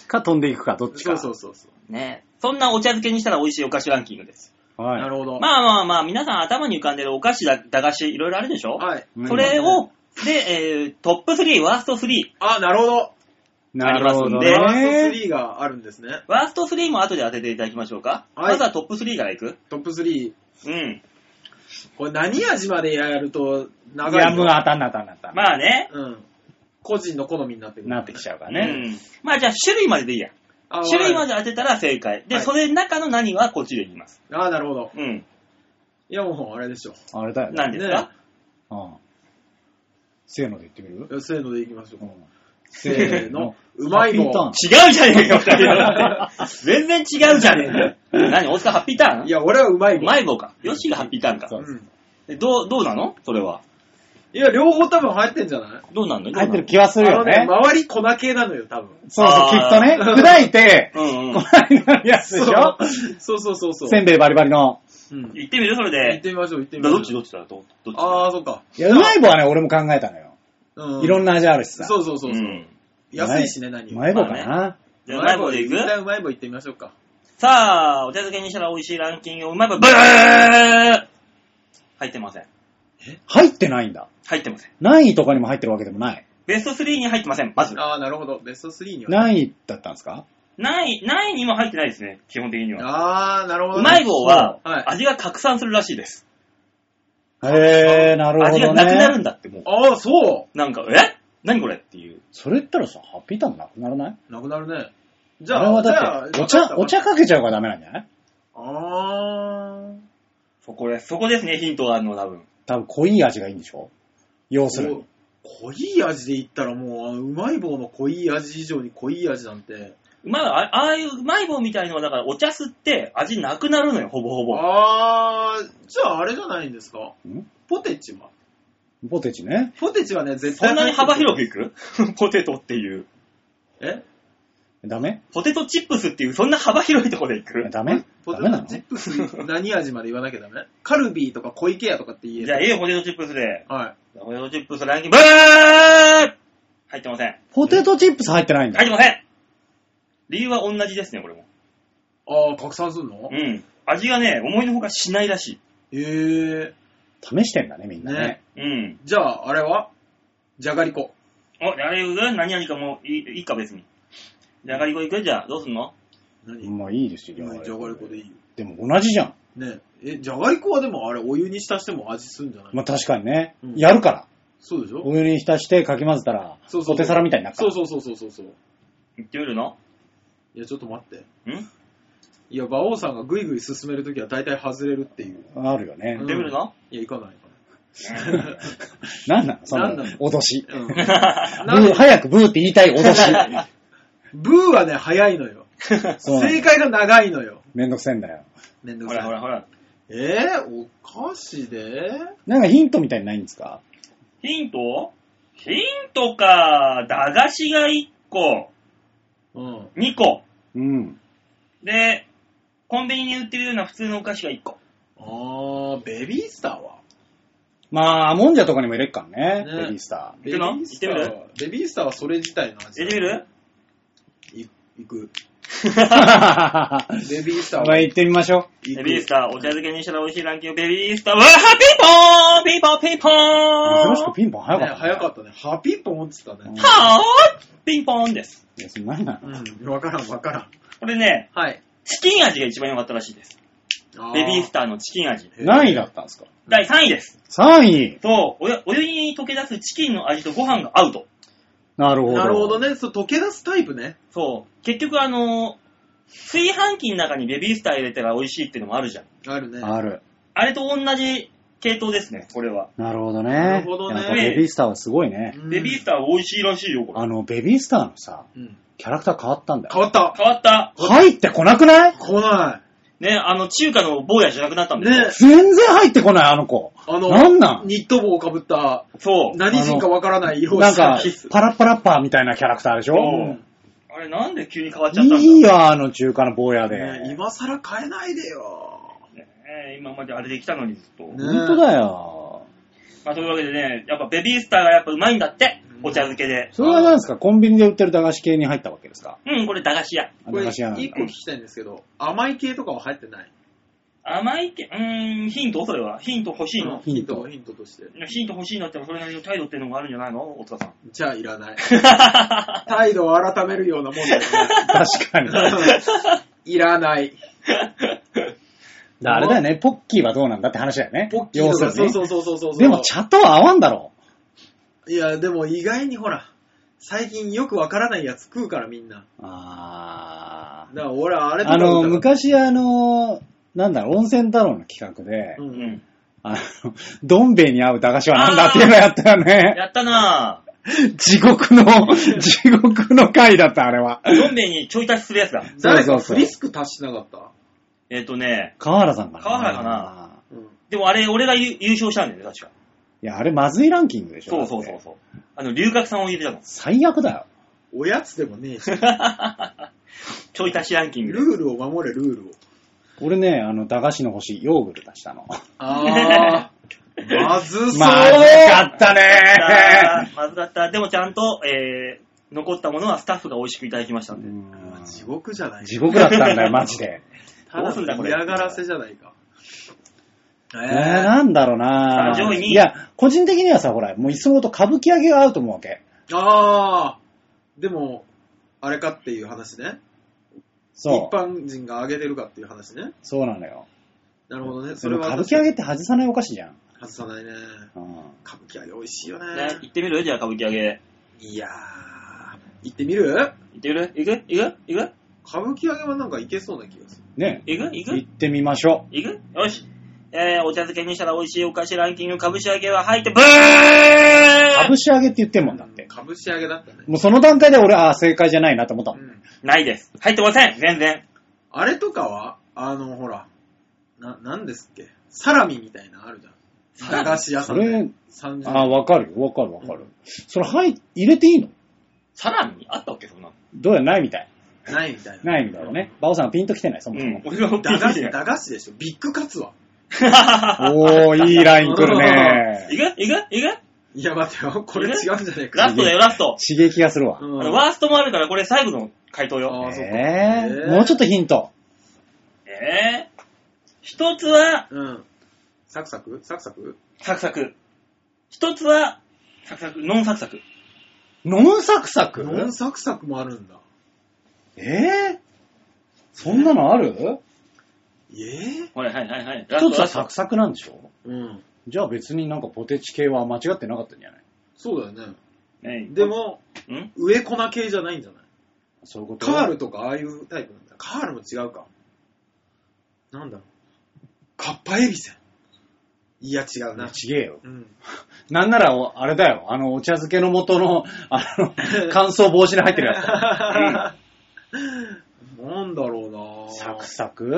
S1: か飛んでいくか、どっち
S3: そ
S1: か。
S3: うそうそうそう。
S2: ねそんなお茶漬けにしたら美味しいお菓子ランキングです。
S1: はい。
S3: なるほど。
S2: まあまあまあ、皆さん頭に浮かんでるお菓子だ、駄菓子、いろいろあるでしょ
S3: はい。
S1: うん
S2: それを、で、えー、トップ3、ワースト3。
S3: あ、なるほど。
S1: なるほど
S2: あり
S3: ワース
S1: ね。
S3: ト3があるんですね。
S2: ワースト3も後で当てていただきましょうか。
S3: はい
S2: まずはトップ3からいく
S3: トップ3。
S2: うん。
S3: これ何味までやると
S1: い
S3: 長い
S1: や、もう当たんな当たんな当たんな。
S2: まあね。
S3: うん。個人の好みになってくる。
S1: なってきちゃうから
S2: う
S1: ね。
S2: ん。まあじゃあ種類まででいいや。
S3: あ
S2: 種類ま
S3: で。
S2: で当てたら正解。で、
S3: はい
S2: それの中の何はこっちで言います。
S3: あ、なるほど。
S2: うん。
S3: いや、もうあれでしょ。
S1: あれだよね。
S2: 何ですか、
S3: ね
S1: うん。せーので言ってみる
S3: せーのでいきましょ
S1: う
S3: う。
S1: ん
S3: せーの。うまい
S1: ハッピーター
S3: 棒
S1: ン。
S2: 違うじゃねえか、二人全然違うじゃねえか。何大塚ハッピーターン
S3: いや、俺はうまい棒。
S2: うまい棒か。ヨッシーがハッピーターンか
S1: そ。う
S3: うん
S2: えどう、どうなのそれは。
S3: いや、両方多分入ってんじゃない
S2: どうなんの
S1: 入ってる気はする
S3: あ
S1: よ
S3: のね
S1: ね、。
S3: 周り粉系なのよ、多分。
S1: そうそう、きっとね。
S3: あー
S1: 砕いて、
S2: どうな のうんう
S1: こ
S2: ん。
S1: ないなるやつでしょ
S3: そうそうそうそう。
S1: せんべいバリバリの。
S3: うん
S2: 行ってみるそれ
S3: 行っ
S2: で。
S3: てみましょう、行ってみましょ
S2: ど
S3: う。
S2: っちどっちだどどっち
S3: あー、そっか。
S1: いや、うまい棒はね、俺も考えたのよ。
S3: うん
S1: いろんな味あるしさ。
S3: そうそうそうそう。
S2: うん
S3: 安いしね、何
S1: う
S3: よ
S1: まい棒かな。
S2: じゃあ、うまい棒でいく
S3: 一旦うまい棒行ってみましょうか。
S2: さあ、お茶漬けにしたら美味しいランキングをうまい棒、ブー入ってません。
S1: 入ってないんだ。
S2: 入ってません。
S1: 何位とかにも入ってるわけでもない。
S2: ベスト3に入ってません、まず。
S3: あー、なるほど。ベスト3には。
S1: 何位だったんですか
S2: 何位、何位にも入ってないですね、基本的には。
S3: あー、なるほど
S2: う
S3: ね。
S2: まい棒は、
S3: はい
S2: 味が拡散するらしいです。
S1: へー、なるほ
S2: 味が
S1: ど
S2: なくなるん
S1: ね。
S2: だって、もう。
S3: あー、そ
S2: なんか、え何これっていう。
S1: それ言ったらさ、ハッピーターンなくならないう
S3: なくなるね。じ
S1: じゃ
S3: ゃ
S1: あ
S3: あ、
S1: れは
S3: じゃ
S1: だ
S3: あ
S1: って、お茶、お。茶かけちゃうからダメなんじゃない
S3: あー。
S2: そこで、そこですね、ヒントがあるの、多分。
S1: 多分濃い味がいいんでしょ要するに。
S3: お濃い味で言ったらもう、あのうまい棒の濃い味以上に濃い味なんて。
S2: うまい、あああいううまい棒みたいのは、だから、お茶吸って味なくなるのよ、ほぼほぼ。
S3: あー、じゃああれじゃないんですか
S1: ん
S3: ポテチは
S1: ポテチね。
S3: ポテチはね、絶対
S2: そんなに幅広く
S3: い。
S2: いく ポテトっていう。
S3: え
S1: ダメ
S2: ポテトチップスっていう、そんな幅広いところでい く
S1: ダメ
S3: ポ
S1: ダ
S3: テ
S1: メな
S3: ト
S1: の
S3: チップス何味まで言わなきゃダメカルビーとか小池屋とかって言え
S2: じゃあ、ええよ、ポテトチップスで。
S3: はい。
S2: ポテトチップスランキング、ブー入ってません。
S1: ポテトチップス入ってないんだ
S2: 入っ。てません理由は同じですね、これも。
S3: あー、拡散すんの
S2: うん。味がね、思いのほかしないらし
S3: へー。
S1: 試してんだね、みんなね
S3: ね。
S2: い。うん。
S3: じゃあ、あれはじゃがりこ。
S2: お、あれ行く何々かもういいいいか別に。じゃがりこ行くじゃあ、どうすんの
S3: 何
S1: まあいいですよ、
S3: じゃがりこでいいよ。
S1: でも同じじゃん。
S3: ねえ、じゃがりこはでもあれ、お湯に浸しても味すんじゃない、
S1: まあ確かにね
S3: う。ん
S1: やるから。
S3: そうでしょ
S1: お湯に浸してかき混ぜたら、
S3: そうそうそう
S1: ポテサラみたいになっか
S3: そう
S1: ら。
S3: そうそうそうそうそう。
S2: 行ってみるの
S3: いや、ちょっと待って。
S2: ん行
S3: いや、馬王さんがぐいぐい進めるときは大体外れるっていう。
S1: あるよね
S3: う
S2: っ
S3: ん。
S2: てみるの、
S3: いや、行かない
S1: なんなのその
S3: なんなの
S1: 脅し。
S3: 行
S2: う
S3: かない。う
S1: ブ
S3: ん。なん
S1: ー、
S3: で
S1: 早くブーって言いたい脅 し。
S3: ブーはね、早いのよ。
S1: そうなの
S3: 正解が長いのよ。
S1: めんどくせえんだよ。
S3: めんど
S2: ほ
S3: く
S2: らほ
S3: さい。
S2: らほら。
S3: えー、お菓子で
S1: なんかヒントみたいにないんですか
S2: ヒントヒントか。駄菓子が1個、
S3: うん。
S2: 2個。
S1: うん。
S2: で、コンビニに売ってるような普通のお菓子が1個。
S3: あー、ベビースターは
S1: まあ、もんじゃとかにも入れっからね、
S3: ね
S1: ベビースタ
S2: 行くの
S3: ベビースター
S2: 行
S3: は、ベビースターはそれ自体の味
S2: 行ってみる
S3: い行く。
S1: ー。
S3: ベビースター
S1: まあ、
S3: は行
S1: 行ってみましょ
S3: く。
S2: ベビースター、お茶漬けにしたら美味しいランキング、ベビースター、うわーピーポーピーポ
S1: う。珍し
S2: ー
S1: く
S2: ピーポー
S1: ピンポン早かった
S3: ね。早かったね。ハピーポン持ってたね。
S2: はーピンポーンです。
S1: いや、そんなんなの
S3: うん、わからんわからん。
S2: これね、
S3: はい。
S2: チキン味が一番良かったらしいです。ベビースターのチキン味。
S3: へー
S1: 何位だったんですか
S2: 第3位です。
S1: ?3 位。
S2: そう、お湯お湯に溶け出すチキンの味とご飯が合うと。
S1: なるほど。
S3: なるほどね。そう、溶け出すタイプね。
S2: そう。結局あのー、炊飯器の中にベビースター入れたら美味しいっていうのもあるじゃん。
S3: あるね。
S1: ある。
S2: あれと同じ系統ですね、これは。
S1: なるほどね。
S3: なるほどね
S1: やっぱベビースターはすごいね。
S3: うん
S2: ベビースター美味しいらしいよ、これ。
S1: あの、ベビースターのさ、
S3: うん
S1: キャラクター変わったんだ
S3: 変
S1: よ。
S3: わった。
S2: 変わった。
S1: 入ってこなくない
S3: 来ない。
S2: ね、あの、中華の坊やじゃなくなったんですよ。
S3: ね
S1: 全然入ってこない、あの子。
S3: あの、
S1: なんなん
S3: ニット帽をかぶった、
S2: そう。
S3: 何人かわからない色を
S1: なん
S3: し
S1: か
S3: たキス、。
S1: パラッパラッパーみたいなキャラクターでしょ
S2: そう
S3: うん
S2: あれなんで急に変わっちゃったんだ
S1: いいよ、あの中華の坊やで。
S3: ね今更変えないでよ。
S2: ね今まであれで来たのにずっと。
S3: ね
S1: 本当だよ。
S2: まあ、というわけでね、やっぱベビースターがやっぱうまいんだって
S3: う、ん
S2: お茶漬けで。
S1: それは何ですかコンビニで売ってる駄菓子系に入ったわけですか
S2: うん、これ駄菓子屋。
S1: あ
S3: これ、
S1: 駄菓子屋なんだ
S3: 一個聞きたいんですけど、甘い系とかは入ってない。
S2: 甘いけ、うーん、ヒントそれは。ヒント欲しいの、
S1: ヒ
S3: ヒ
S1: ン
S3: ン
S1: ト
S3: ト、ヒントとして。
S2: ヒント欲しいんだったらそれなりの態度っていうのがあるんじゃないの大塚さん。
S3: じゃあ、いら ない。態度を改めるようなもんだよね。
S1: 確かに。だか
S3: いらない。
S1: らあれだよね、ポッキーはどうなんだって話だよね。
S3: ポッキーとか、
S1: 要す
S3: そう
S1: るにね
S3: そうそうそうそう。
S1: でも茶とは合わんだろ
S3: いや、でも意外にほら、最近よくわからないやつ食うからみんな。
S1: う。あ
S3: だから俺、あれ
S1: ー。
S3: とか
S1: あの、
S3: 見たら
S1: 昔あの、なんだろう、温泉太郎の企画で、
S3: う。
S2: うんん。
S1: あの、どん兵衛に合う駄菓子はなんだっていうのやったよね。
S2: やったなぁ。
S1: 地獄の、地獄の回だった、あれは。
S2: どん兵衛にちょい足しするやつだ。
S3: 誰
S1: そう
S3: か
S1: そうそう
S3: フリスク足しなかった
S2: えっ、とね、
S1: 川原さんかな。
S2: 川原かな
S3: うん。
S2: でもあれ俺が優優勝したんだよね、確か。
S1: いや、あれまずいランキングでしょ。
S2: そうそう
S1: だ
S2: そ
S1: っ
S2: う
S1: て
S2: そう。あの、龍角さんを入れたの。
S1: 最悪だよ。
S3: おやつでもねえし、
S2: ちょい足しランキングで。
S3: ルールを守れ、ル ールを。
S1: 俺ね、あの、駄菓子の星、ヨーグルトしたの。
S3: あー、まずそう。
S1: まずかった
S2: あ
S1: ね
S2: ーまずかった。でもちゃんと、えー、残ったものはスタッフが美味しくいただきましたんで。
S1: うん
S3: 地獄じゃない
S1: 地獄だったんだよ、マジで。
S3: ただの嫌がらせじゃないか。 え
S1: えー、なんだろう
S2: さあ
S1: な
S2: 上位に
S1: いや、個人的にはさ、ほら、もういっそのこと歌舞伎揚げが合うと思うわけ。
S3: ー、あー、でも、あれかっていう話ね。一
S1: そう。
S3: 般人が上げてるかっていう話ね。
S1: そうなのよ。
S3: なるほどね。
S1: そ
S3: そ
S1: れ
S3: れ
S1: 歌
S3: は
S1: 舞伎揚げって外さないお菓子じゃん。
S3: 外さないね。
S1: う
S3: 歌
S1: ん。
S3: 舞伎揚げ美味しいよ
S2: ね
S3: ね、。
S2: 行ってみるじゃあ歌舞伎揚げ。
S3: いやー、行ってみる
S2: 行ってみる行く行く行く
S3: 歌舞伎揚げはなんかいけそうな気がする。
S1: ね
S2: 行く行く
S1: 行ってみましょ
S2: いくよし。えー、お茶漬けにしたら美味しいお菓子ランキング、株式上げは入って、ブー
S1: う。ぶし揚げって言ってんもんだって。
S3: かぶし揚げだったね。
S1: もうその段階で俺、ああ、正解じゃないなと思ったもん。
S3: うん
S2: ないです。入ってません全然。
S3: あれとかは、あの、ほら、な、なんですっけサラミみたいなのあるじゃん。駄菓子屋さん
S1: それ
S3: で。30
S1: ああ、わかるよ、わかるわかる。それ、はい、入れていいの
S2: サラミあったっけそんなの。
S1: どうやらないみたい。
S3: ないみたいな。
S1: ないんだろうね。バオさんはピンときてない、そうもそ
S2: ん
S1: も。。
S2: 俺は
S3: 駄菓子、 駄菓子でしょ。ビッグカツは。
S1: おー、いいライン来るね。
S2: 行く行く行く
S3: いや、待てよ。これ違うんじゃねえか。
S2: ラストだよ、ラスト。
S1: 刺激がするわ。
S2: あ
S3: う
S2: の
S3: ん。
S2: ワーストもあるから、これ最後の回答よ。
S3: あーそっか
S1: え
S3: え
S1: ー、
S3: ー
S1: もうちょっとヒント。
S2: えー、一つは、
S3: うん。サクサクサクサク
S2: サクサク。一つは、サクサク、ノンサクサク。
S1: ノンサクサク
S3: ノンサクサクもあるんだ。
S1: えー、そんなのある
S3: ええ
S2: はいはいはいはい。ラスト
S1: 一つは
S2: ラス
S1: サ
S2: ト
S1: ク。サクなんでしょ
S3: うん。
S1: じゃあ別になんかポテチ系は間違ってなかったんじゃない
S3: そうだよね。
S2: ね
S3: で、も、
S2: ん
S3: 上粉系じゃないんじゃない
S1: そういうこと
S3: カールとかああいうタイプなんだ。カールも違うか。なんだろう。カッパエビセン。いや、違うな。
S1: ちげえよ。
S3: うん。
S1: なんならお、あれだよ。あの、お茶漬けの元の、 あの、乾燥防止に入ってるやつ。
S3: なんだろうな
S1: サクサク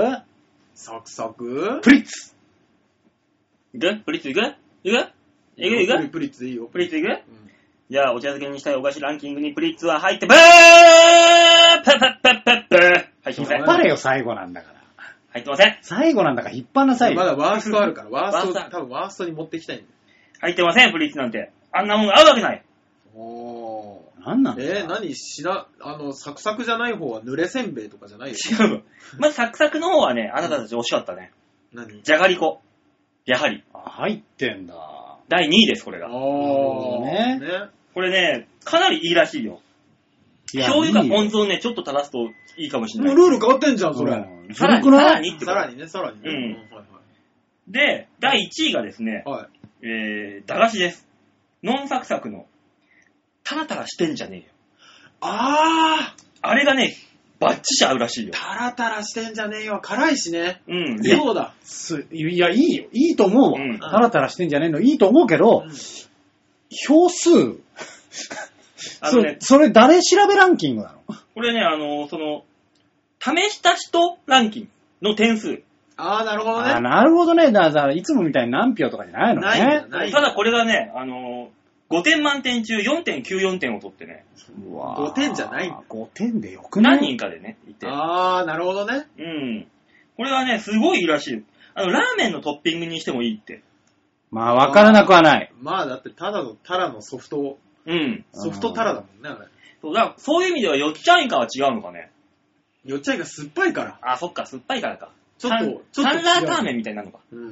S3: サクサク
S1: プリッツ
S2: 行くプリッツ行く行く行く行く
S3: プリッツでいいよ。
S2: プリッツ行く
S3: うん
S2: じゃあ、お茶漬けにしたいお菓子ランキングにプリッツは入って、ブーペッペッペッペッペー入って
S1: 引
S2: ま
S1: っ
S2: せん。
S1: 張れよ、最後なんだから。
S2: 入ってません。
S1: 最後なんだから引っ張んなさい
S3: ま
S1: よ。
S3: だワーストあるから、ワース
S2: ワース
S3: ト、
S2: ト
S3: 多分ワーストに持ってきたいんだよ。
S2: 入ってません、プリッツなんて。あんなもん合うわけない。
S3: おー。
S1: なんなんだ
S3: えー、何しな、あの、サクサクじゃない方は濡れせんべいとかじゃないよ。
S2: 違うわ。まず、サクサクの方はね、あなたたち惜しかったね。
S3: 何
S2: じゃがりこ。やはり。
S1: あ入ってんだ。
S2: 第2位です、これ
S3: あ
S2: が。
S1: ほどね
S3: ね。
S2: これね、かなりいいらしいよ。
S1: いや
S2: 醤油か
S1: いいよ
S2: ポン酢をね、ちょっと垂らすといいかもしれな
S3: もう
S2: い。
S3: ルール変わってんじゃん、それ。
S1: うん
S2: さらに、
S1: 古く
S2: さら
S1: ない
S2: にってこ
S3: さ
S2: と
S3: らにね、さらにね。
S2: うん
S3: うんはい
S2: で、第1位がですね、
S3: はい。はい。
S2: えー、駄菓子です。ノンサクサクの、タラタラしてんじゃねえよ。
S3: あー、
S2: あれがね、バッチシ合うらしいよ。
S3: タラタラしてんじゃねえよ。辛いしね。
S2: うん。で
S3: そうだ。
S1: すいや、いいよ。いいと思うわ。
S2: うん
S1: タラタラしてんじゃねえの。いいと思うけど、票 数、
S2: あ
S1: そ
S2: の
S1: れ
S2: ね、
S1: それ誰調べランキングなの
S2: これね、あの、その、試した人ランキングの点数。
S3: あー、なるほど
S1: あ
S3: ね。
S1: なるほどね。だから、いつもみたいに何票とかじゃないのね。
S3: ないんだよない
S2: ただこれがね、あの、5点満点中4.94点を取ってね、
S1: うわ
S3: 5点じゃないんだ
S1: 5点でよくない
S2: 何人かでね、いて。
S3: あー、なるほどね。
S2: うん。これはね、すごいいいらしい。あの、ラーメンのトッピングにしてもいいって。
S1: まあ、わからなくはない。
S3: まあ、だって、ただのタラのソフト、
S2: うん。
S3: ソフトタラだもんね、あれ。
S2: そうだからそういう意味では、よっちゃんイカは違うのかね。
S3: よっちゃいが酸っぱいから。
S2: あ、そっか、酸っぱいからか。
S3: ちょっと、ちょ
S2: サ
S3: っと違
S2: ン
S3: う。
S2: ラータンメンみたいなのか。
S3: うんうん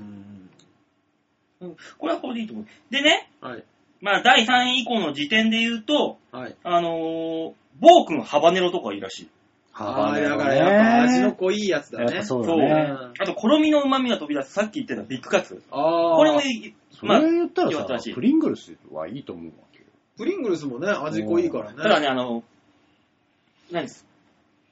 S2: うん。これはこれでいいと思う。でね、
S3: うん。はい。
S2: まあ、第3位以降の時点で言うと、
S3: はい。
S2: あのー、ボー君ハバネロとかいいらしい。
S3: あ
S1: 幅
S3: ー、
S1: ね
S3: だからやっぱ味の濃いやつだ
S1: やっ
S3: ね
S1: ぱ。そう
S2: そ
S1: だ
S2: う
S1: ね。
S2: あと、とろみの旨味が飛び出す、さっき言ってたビッグカツ。
S3: あー。
S2: これもいい、
S1: そ
S2: まあ
S1: れ、言った
S2: よからった
S1: さ
S2: し、
S1: プリングルスはいいと思うわけよ。
S3: プリングルスもね、味濃いからね。
S2: ただね、あの、何です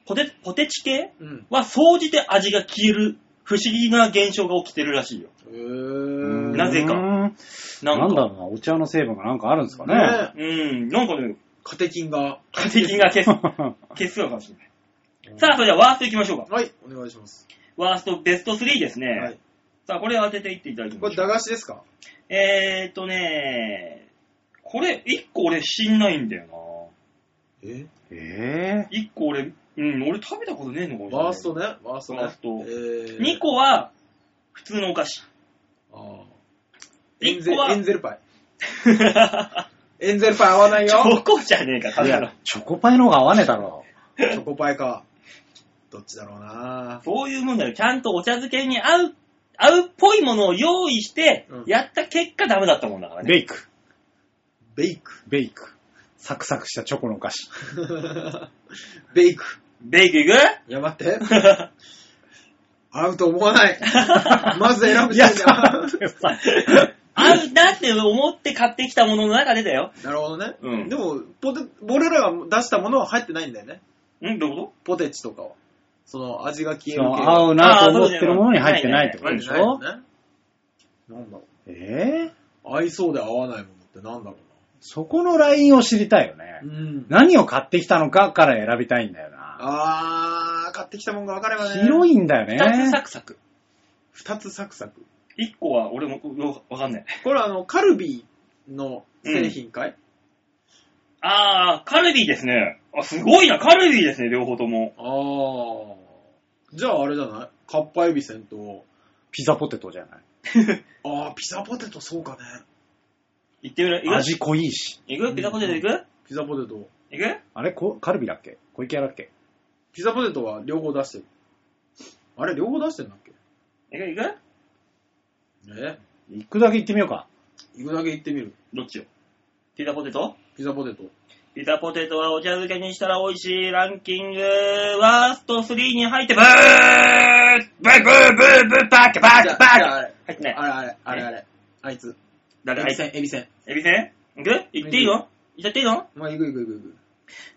S2: ポテ、ポテチ系
S3: うん。
S2: は総じて味が消える不思議な現象が起きてるらしいよ。
S3: へー
S2: なぜか
S1: うーん
S2: な
S1: なん
S2: ん
S1: だ
S2: か。
S1: ろうな、お茶の成分がなんかあるんですかね。
S3: ね
S2: うん、なんかね、
S3: カテキンが。
S2: 化石が消す、消すのかもしれない。さあ、それではワーストいきましょうか。
S3: はい、お願いします。
S2: ワーストベスト3ですね。
S3: はい。
S2: さあ、これ当てていっていただき
S3: こ
S2: ま
S3: れ
S2: しょ
S3: 駄
S2: う。
S3: 菓子ですか
S2: えーっとね、これ1個俺知んないんだよ
S3: え
S1: え
S2: な。1個俺、うん、俺食べたことねえのかもしれない。
S3: ワーストね。ワーストね。
S2: ワースト
S3: えー、
S2: 2。個は普通のお菓子。
S3: あーエン
S2: 1
S3: ゼ
S2: 個は
S3: エンゼルパイ。エンゼルパイ合わない
S2: チ
S3: よ。
S2: ョコじゃねえか、
S1: ー、
S2: た
S1: い
S2: だの
S1: や。、チョコパイの方が合わねえだろ。
S3: チョコパイか。どっちだろうな
S2: そういうもんだよ。ちゃんとお茶漬けに合う、合うっぽいものを用意して
S3: うん、
S2: やった結果ダメだったもんだからね。
S1: ベイク、
S3: ベイク。
S1: ベイク。サクサクしたチョコのお菓子。
S3: ベイク。
S2: ベイクいく
S3: いや、待って。合うと思わ ない。まず選ぶじゃん。
S2: 合うなって思って買ってきたものの中でだよ。
S3: なるほどね。
S2: うん
S3: でもポテ、俺らが出したものは入ってないんだよね。
S2: んどういうこ
S3: ポテチとかは。その味が消え
S1: そ
S3: る系
S1: の
S3: は。
S1: 合うなと思ってるものに入ってないってことでし
S3: 入っ
S1: ょ
S3: てないよね。なんだろ
S1: えー、
S3: う。合いそうで合わないものってなんだろ
S1: そこのラインを知りたいよね
S3: う。な。うん。
S1: 何を買ってきたのかから選びたいんだよな。
S3: あー、買ってきたもんが分かればね。
S1: 広
S3: い。
S1: いんだよ
S2: と二つサ
S1: ね。
S2: クサク。
S3: 二つサクサク。
S2: 一個は俺もよわかんない。
S3: これあの、カルビーの製品かい、
S2: あー、カルビーですね。あ、すごいな、カルビーですね、両方とも。
S3: あー。じゃああれじゃないカッパエビせんと、
S1: ピザポテトじゃな
S3: あー、ピザポテトそうかね。
S2: 行ってみる
S1: い。
S2: 行く
S1: 味濃いし。
S2: 行くピザポテト行く
S3: ピザポテト。
S2: 行く
S1: あれこカルビだっけ小池屋だっけ
S3: ピザポテトは両方出してる。あれ、両方出してるんだっけ
S2: 行く行く
S3: え
S1: 行くだけ行ってみようか。
S3: 行くだけ行ってみる。
S2: どっちよピザポテト
S3: ピザポテト。
S2: ピザポテトはお茶漬けにしたら美味しいランキング、ワースト3に入って、ブーブーブーブーブーバックバックバ
S3: じゃあ
S2: ッ
S3: あれ
S2: ク入ってない。
S3: あれあれ、あれあれ。あいつ。
S2: 誰
S3: エ
S2: 入
S3: ビ
S2: って
S3: せん、エビせん。
S2: エビせん行く行っていいの行っちゃっていいの
S3: まあ、行く行く行く行く。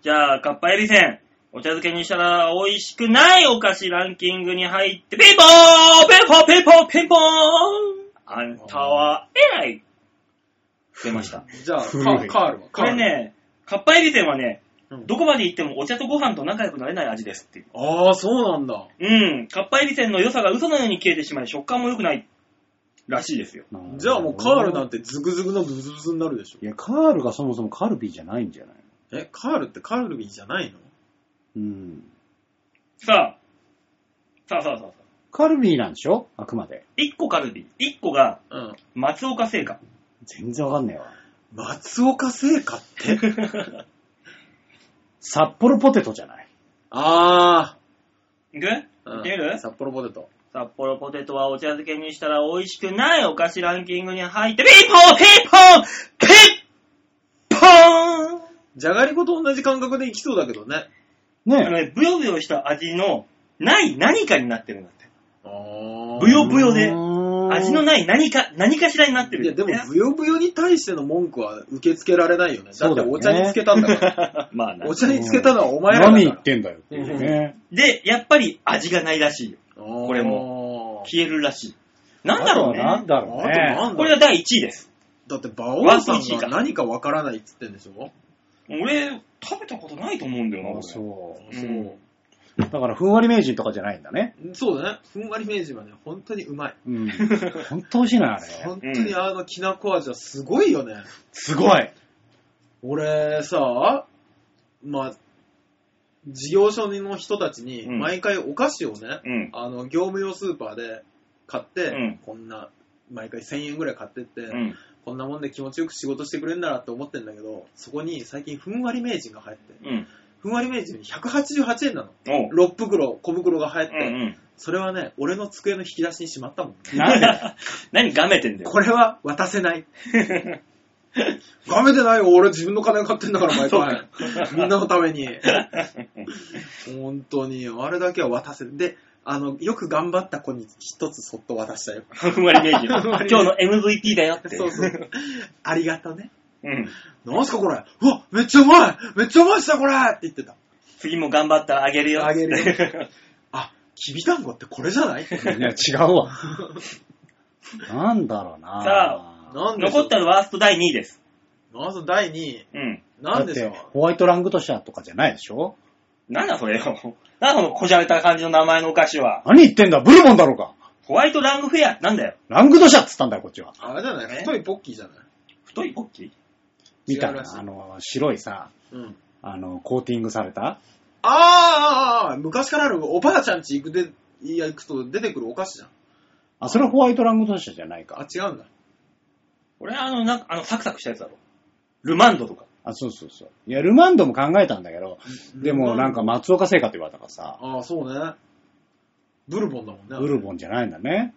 S2: じゃあ、カッパエビせん。お茶漬けにしたら美味しくないお菓子ランキングに入って、ピンポーンピンポーンピンポーンピンポーンあんたは偉い出ました。
S3: じゃあ、
S1: 古い
S3: カカールはカ
S2: こ
S3: ー
S2: れ。
S3: ル。
S2: ね、カッパエビせんはね、
S3: うん
S2: どこまで行ってもお茶とご飯と仲良くなれない味ですっていう。
S3: ああ、そうなんだ。
S2: うん。カッパエビせんの良さが嘘のように消えてしまい、食感も良くない。らしいですよ。
S3: じゃあもうカールなん
S1: て。
S3: てズグズグのブズブズになるでしょ。
S1: いや、カールがそもそもカルビじゃないんじゃないの
S3: え、カールってカルビーじゃないの
S1: うん。
S2: さあ。さあさあさあさあ。
S1: カルビなんでしょあくまで。
S2: 1個カルビ。1個が
S3: うん。
S2: 松岡製菓。
S1: 全然わかんねえわ。
S3: 松岡製菓って。
S1: 札幌ポテトじゃない。
S3: あ
S2: いく
S3: あ。うん
S2: いける
S3: 札幌ポテト。
S2: 札幌ポテトはお茶漬けにしたら美味しくないお菓子ランキングに入って、ピンポンピンポンピンポーン
S3: じゃがりこと同じ感覚でいきそうだけどね。
S2: あの
S1: ね
S2: ね、ブヨブヨした味のない何かになってるんだって。ブ
S3: ブ
S2: ヨブヨで、味
S1: 味
S2: のない何か、何かしらになってる
S3: いや、
S2: んだ
S3: で
S2: よ
S3: も
S2: ね、
S3: ブヨブヨに対しての文句は受け付けられないよね。だ
S1: そ
S3: っ
S1: う
S3: て
S1: だよね
S3: お茶につけたん だから。
S2: まあな
S3: お茶につけたのはお前ら
S1: 何
S3: だ
S1: 言
S3: か
S1: ってんだよっていうね。
S2: で、やっぱり味がないらしいよ。
S3: ら。こ
S2: これ
S3: も。
S2: 消えるらしい。なんだろう
S1: あとはな
S2: ね
S1: ん。だろう
S3: あとな
S1: ね。
S3: んだ
S2: これが第1位です。
S3: だって、馬王さ
S2: ワンピー
S3: ん
S2: チ
S3: が
S2: か
S3: 何かわからないっつってんでしょ
S2: 俺、食べたことないと思うんだよな、
S1: あ
S2: 俺
S1: そ
S2: うん
S1: う。だから、ふんわり名人とかじゃないんだね。
S3: そうだね。ふんわり明治はね、本当にうまい。
S1: うん。ほんと美味しいな、あれ。
S3: 本当にあのきなこ味はすごいよね。
S1: すごい。
S3: 俺さ、まあ、事業所の人たちに
S2: うん
S3: 毎回お菓子をね、
S2: うん。
S3: あの、業務用スーパーで買って、
S2: うん
S3: こんな、毎回1000円ぐらい買ってって、
S2: うん。
S3: こんなもんで気持ちよく仕事してくれるならって思ってんだけど、そこに最近ふんわり名人が入って、
S2: うん。
S3: ふんわり名人に188円なの。
S2: おう。
S3: 6袋、小袋が入って、
S2: うんうん。
S3: それはね、俺の机の引き出しにしまったもん。
S1: なんで
S2: 何がめてんだよ。
S3: これは渡せない。ガメでないよ、俺自分の金が買ってんだから毎回。みんなのために。本当に、あれだけは渡せる。で、あの、よく頑張った子に一つそっと渡したよ。
S2: ふんわり名人。今日の MVP だよって。
S3: そうそう。 ありがとね。
S2: うん。
S3: なんすかこれうわ、めっちゃうまいめっちゃうまいっすよこれって言ってた。
S2: 次も頑張ったらあげるよ。
S3: あげる
S2: よ。
S3: あ、きびだんごってこれじゃない
S1: いや、違うわ。なんだろうな。
S2: さ
S3: なんでしょ
S2: 残
S3: う
S2: ったらワースト第2位です。
S3: まず第2位。
S2: うん。
S1: だ
S3: なん
S1: っ
S3: でしてょう、
S1: ホワイトラングドシャとかじゃないでしょ
S2: なんだそれよ。なんだこのこじゃれた感じの名前のお菓子は。
S1: 何言ってんだブルボンだろうか
S2: ホワイトラングフェアなんだよ。
S1: ラングドシャっつったんだよ、こっちは。
S3: あれじゃない
S2: ね
S3: 太いポッキーじゃない
S2: 太いポッキー
S1: みたい
S3: 違う
S1: な
S3: ら、しい
S1: あの、白いさ、
S3: うん。
S1: あの、コーティングされた。
S3: あーあーあー昔からあるおばあちゃんち行くで、いや、行くと出てくるお菓子じゃん。
S1: あ、それはホワイトラングドシャじゃない
S3: あ
S1: か。、
S3: 違うんだ。
S2: これあの、なんか、あの、サクサクしたやつだろ。ルマンドとか。
S1: あ、そうそうそう。いや、ルマンドも考えたんだけど、でもなん
S3: か。
S1: か松岡製菓って言われたからさ、
S3: ああ、そうね。ブルボンだもんね。
S1: ブルボンじゃないんだね。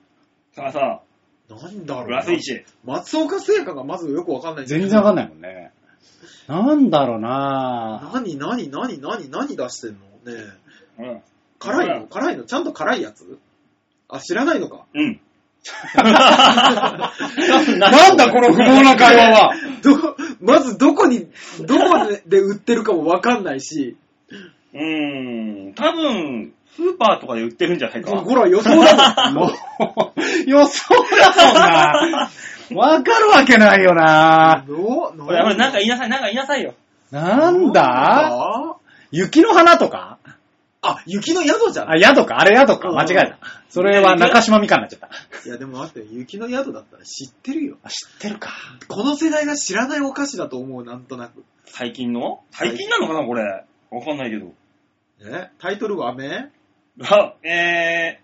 S2: さあさ
S3: なんだ
S2: あ、
S3: ろう
S2: ラ
S3: な
S2: ス。1。
S3: 松岡製菓がまずよくわかんない。
S1: 全然わかん
S3: ない。
S1: ないもんね。なんだろうな
S3: 何、何、何、何、何出してんのねえ
S2: うん。
S3: 辛いの辛いのちゃんと辛いやつあ、知らないのか。
S2: うん。
S1: なんだこの不毛な会話 は
S3: ど、まずどこに、どこでで売ってるかもわかんないし、
S2: うーん。多分、スーパーとかで売ってるんじゃないか。
S3: ほら予想だ
S1: もう、予想だもんな。 わかるわけないよな
S3: もん。
S2: ほら、ほら、なんか言いなさい、なんか言いなさいよ。
S1: なんだ雪の花とか
S3: あ、雪の宿じゃな
S1: あ、
S3: い
S1: 宿かあれ宿か間違えた。それは中島美香になっちゃった。
S3: いやでも待って、雪の宿だったら知ってるよ。
S1: あ知ってるか。
S3: この世代が知らないお菓子だと思う、なんとなく。
S2: 最近の最近なのかな、これ。わかんないけど。
S3: ねタイトルはめ
S2: あ、え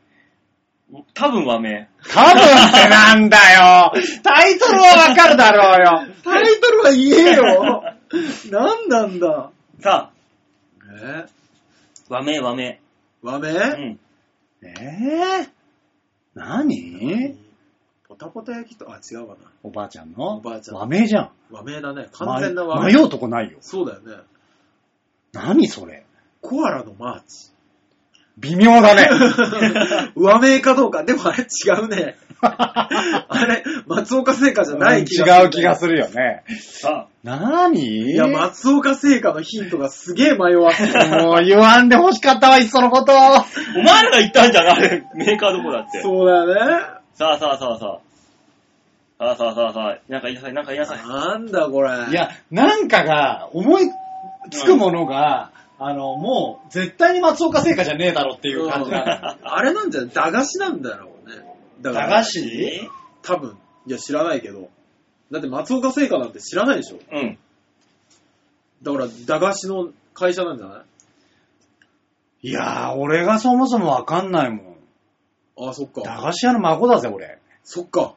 S2: ー、多分和名。
S1: 多分ってなんだよタイトルはわかるだろうよ
S3: タイトルは言え よなんなんだ
S2: さあ、
S3: え
S2: 和名和名。
S3: 和
S2: う
S3: め
S2: ん。
S1: えぇ、何
S3: ポタポタ焼きと、あ、違うわな。
S1: おばあちゃんの
S3: おばあちゃん
S1: 和名じゃん。
S3: 和名だね。完全な和
S1: 迷
S3: 名。
S1: 迷うとこないよ。
S3: そうだよね。
S1: 何それ
S3: コアラのマーチ。
S1: 微妙だね。
S3: 和名かどうか。でもあれ違う ね。あれ、松岡製菓じゃ ない気が
S1: 違う気が
S3: る。
S1: するよね。
S2: さ
S1: 何
S3: いや、松岡製菓のヒントがすげえ迷わせる。
S1: もう言わんで欲しかったわ、いっそのこと。
S2: あ、お前らが言ったんじゃない メーカーどこだって。
S3: そうだね。
S2: さあさあさあさあ。さあさあさあさあ。なんか言いなさい、なんか言いなさい。
S3: なんだこれ。
S1: いや、なんかが、思いつくものが、あの、もう、絶対に松岡製菓じゃねえだろっていう感じなんだよ。
S3: あれなんじゃない駄菓子なんだろうね。だから
S1: 駄菓子
S3: 多分。いや、知らないけど。だって松岡製菓なんて知らないでしょ。
S2: うん。
S3: だから、駄菓子の会社なんじゃない
S1: いやー、俺がそもそもわかんないもん。
S3: ああ、そっ
S1: 駄
S3: か。
S1: 菓子屋の孫だぜ、俺。
S3: そっか。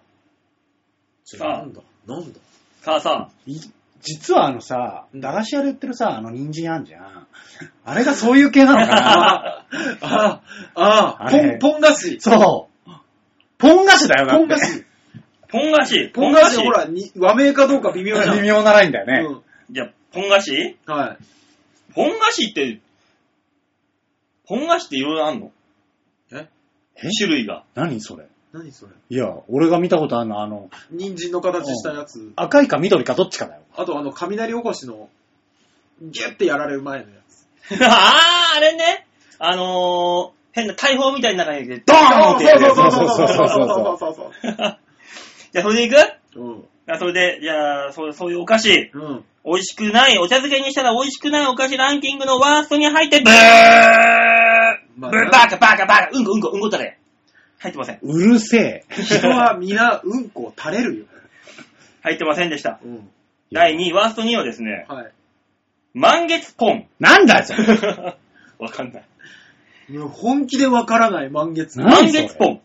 S3: 違
S2: あ
S3: うんだ。なんだ。
S2: さあさ
S1: い実はあのさ、
S3: うん
S1: 駄菓子屋で売ってるさ、あの人参あんじゃん。あれがそういう系なの かな
S3: ああ、ああ、
S1: あ
S3: ポ
S1: れ
S3: ン、ポン菓子。
S1: そう。ポン菓子だよ、だっ
S3: ポ
S1: て
S3: ン菓子。
S2: あ、ポン菓子。
S3: ポン菓子、ほら、に和名かどうか微妙じゃ ん。
S1: 微妙なラインだよね。
S3: うん
S2: いや、本菓子
S3: はい。
S2: 本菓子って、本菓子っていろいろあんの
S3: え
S2: 種類が。
S1: 何それ
S3: 何それ
S1: いや、俺が見たことあるのは、あの、
S3: 人参の形したやつ。
S1: 赤いか緑かどっちかだよ。
S3: あとあの、雷おこしの、ギュッてやられる前のやつ。
S2: あー、あれね。あのー、変な大砲みたいな中に入れて、ドーン
S1: あー
S2: って
S1: そう
S2: やる
S1: そ
S2: や
S1: う
S2: つ。
S1: そうそうそうそうそう
S3: そうそう
S2: じゃあ、それでいくじ
S3: そう。
S2: ゃあ、それで、じゃあ、そうそういうお菓子。
S3: うん。うん。
S2: 美味しくない、お茶漬けにしたら美味しくないお菓子ランキングのワーストに入って、ブー
S3: ま
S2: ブ
S3: あ
S2: ー
S3: な
S2: バカバカバカうんこうんこうんこたれ。入ってません。
S1: うるせえ。
S3: 人は皆、うんこを垂れるよ。
S2: 入ってませんでした。
S3: うん。
S2: 第2位、ワースト2位はですね、
S3: はい。
S2: 満月ポン。
S1: なんだじゃん。
S2: わかんない。
S3: もう本気でわからない満月。
S1: 何それ
S2: 満月ポン。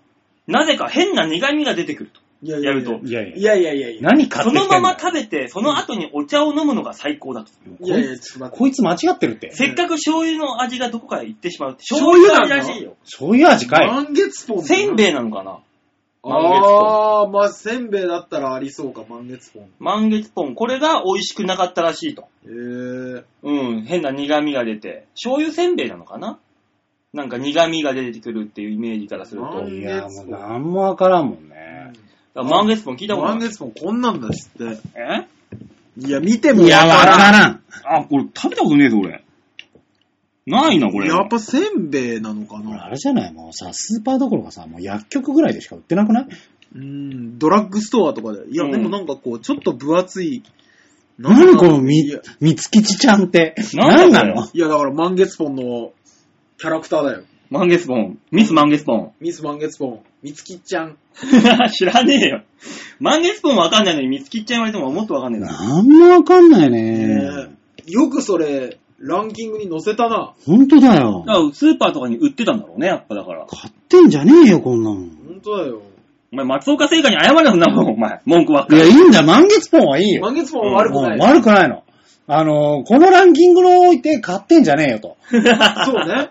S2: なぜか変な苦味が出てくると。
S3: いや
S2: やると
S1: いやいや
S3: い。やいやいやいや。
S1: 何買っ
S2: そ
S1: てきて
S2: の
S1: んだ
S2: ま
S1: よ
S2: ま食べて、その後にお茶を飲むのが最高だと。
S3: いやいや、ちょっと待って。
S1: こいつ間違ってるって。
S2: せっかく醤油の味がどこかへ行ってしまうって。
S3: 醤油
S2: の
S3: なの
S2: 味らしいよ。
S1: 醤油味かい。
S3: 満月ポン。
S2: せんべいなのかな満月
S3: ああ、まあ、せんべいだったらありそうか、満月ポン。
S2: 満月ポン。これが美味しくなかったらしいと。
S3: えー、
S2: うん、変な苦味が出て。醤油せんべいなのかななんか苦味が出てくるっていうイメージからする
S3: 満
S2: と。
S3: 月
S1: いや、もうなんもわからんもんね。
S2: だから満月ポン聞いたことない。
S3: 満月ポンこんなんだしって。
S2: え
S3: いや、見ても
S1: いや、わかららん。
S2: あ、これ食べたことねえぞ、俺。ないな、こ
S3: ん。やっぱせんべいなのか
S1: これあ
S3: な
S1: れじゃないもうさ、スーパーどころかさ、もう薬局ぐらいでしか売ってなくない
S3: うん、ドラッグストアとかで。いや、
S2: うん
S3: でもなんかこう、ちょっと分厚い。
S1: 何この
S3: い
S1: み
S3: や、
S1: みつきちちゃんって。
S2: なん
S1: 何
S2: だ
S1: な
S2: これ
S1: の
S3: いや、だから満月ポンのキャラクターだよ。
S2: 満月ポン。ミス満月ポン。
S3: ミス満月ポン。みつきちゃん。
S2: 知らねえよ。満月ポンわかんないのに、ミツキっちゃん言われてももっとわかんねえな。
S1: なんもわかんない
S3: ね
S1: ね。
S3: えよくそれ、ランキングに載せたな。
S1: ほんとだよ。
S2: だからスーパーとかに売ってたんだろうね、やっぱだから。
S1: 買ってんじゃねえよ、こんなの。
S3: ほんとだよ。
S2: お前、松岡製菓に謝れよ、そんなもん、お前。文句ばっか
S1: いや、
S2: り。
S1: いいんだよ。満月ポンはいいよ。
S3: 満月ポンは悪くない。
S1: うん悪くないの。あのー、このランキングのおいて買ってんじゃねえよと。
S3: そうね。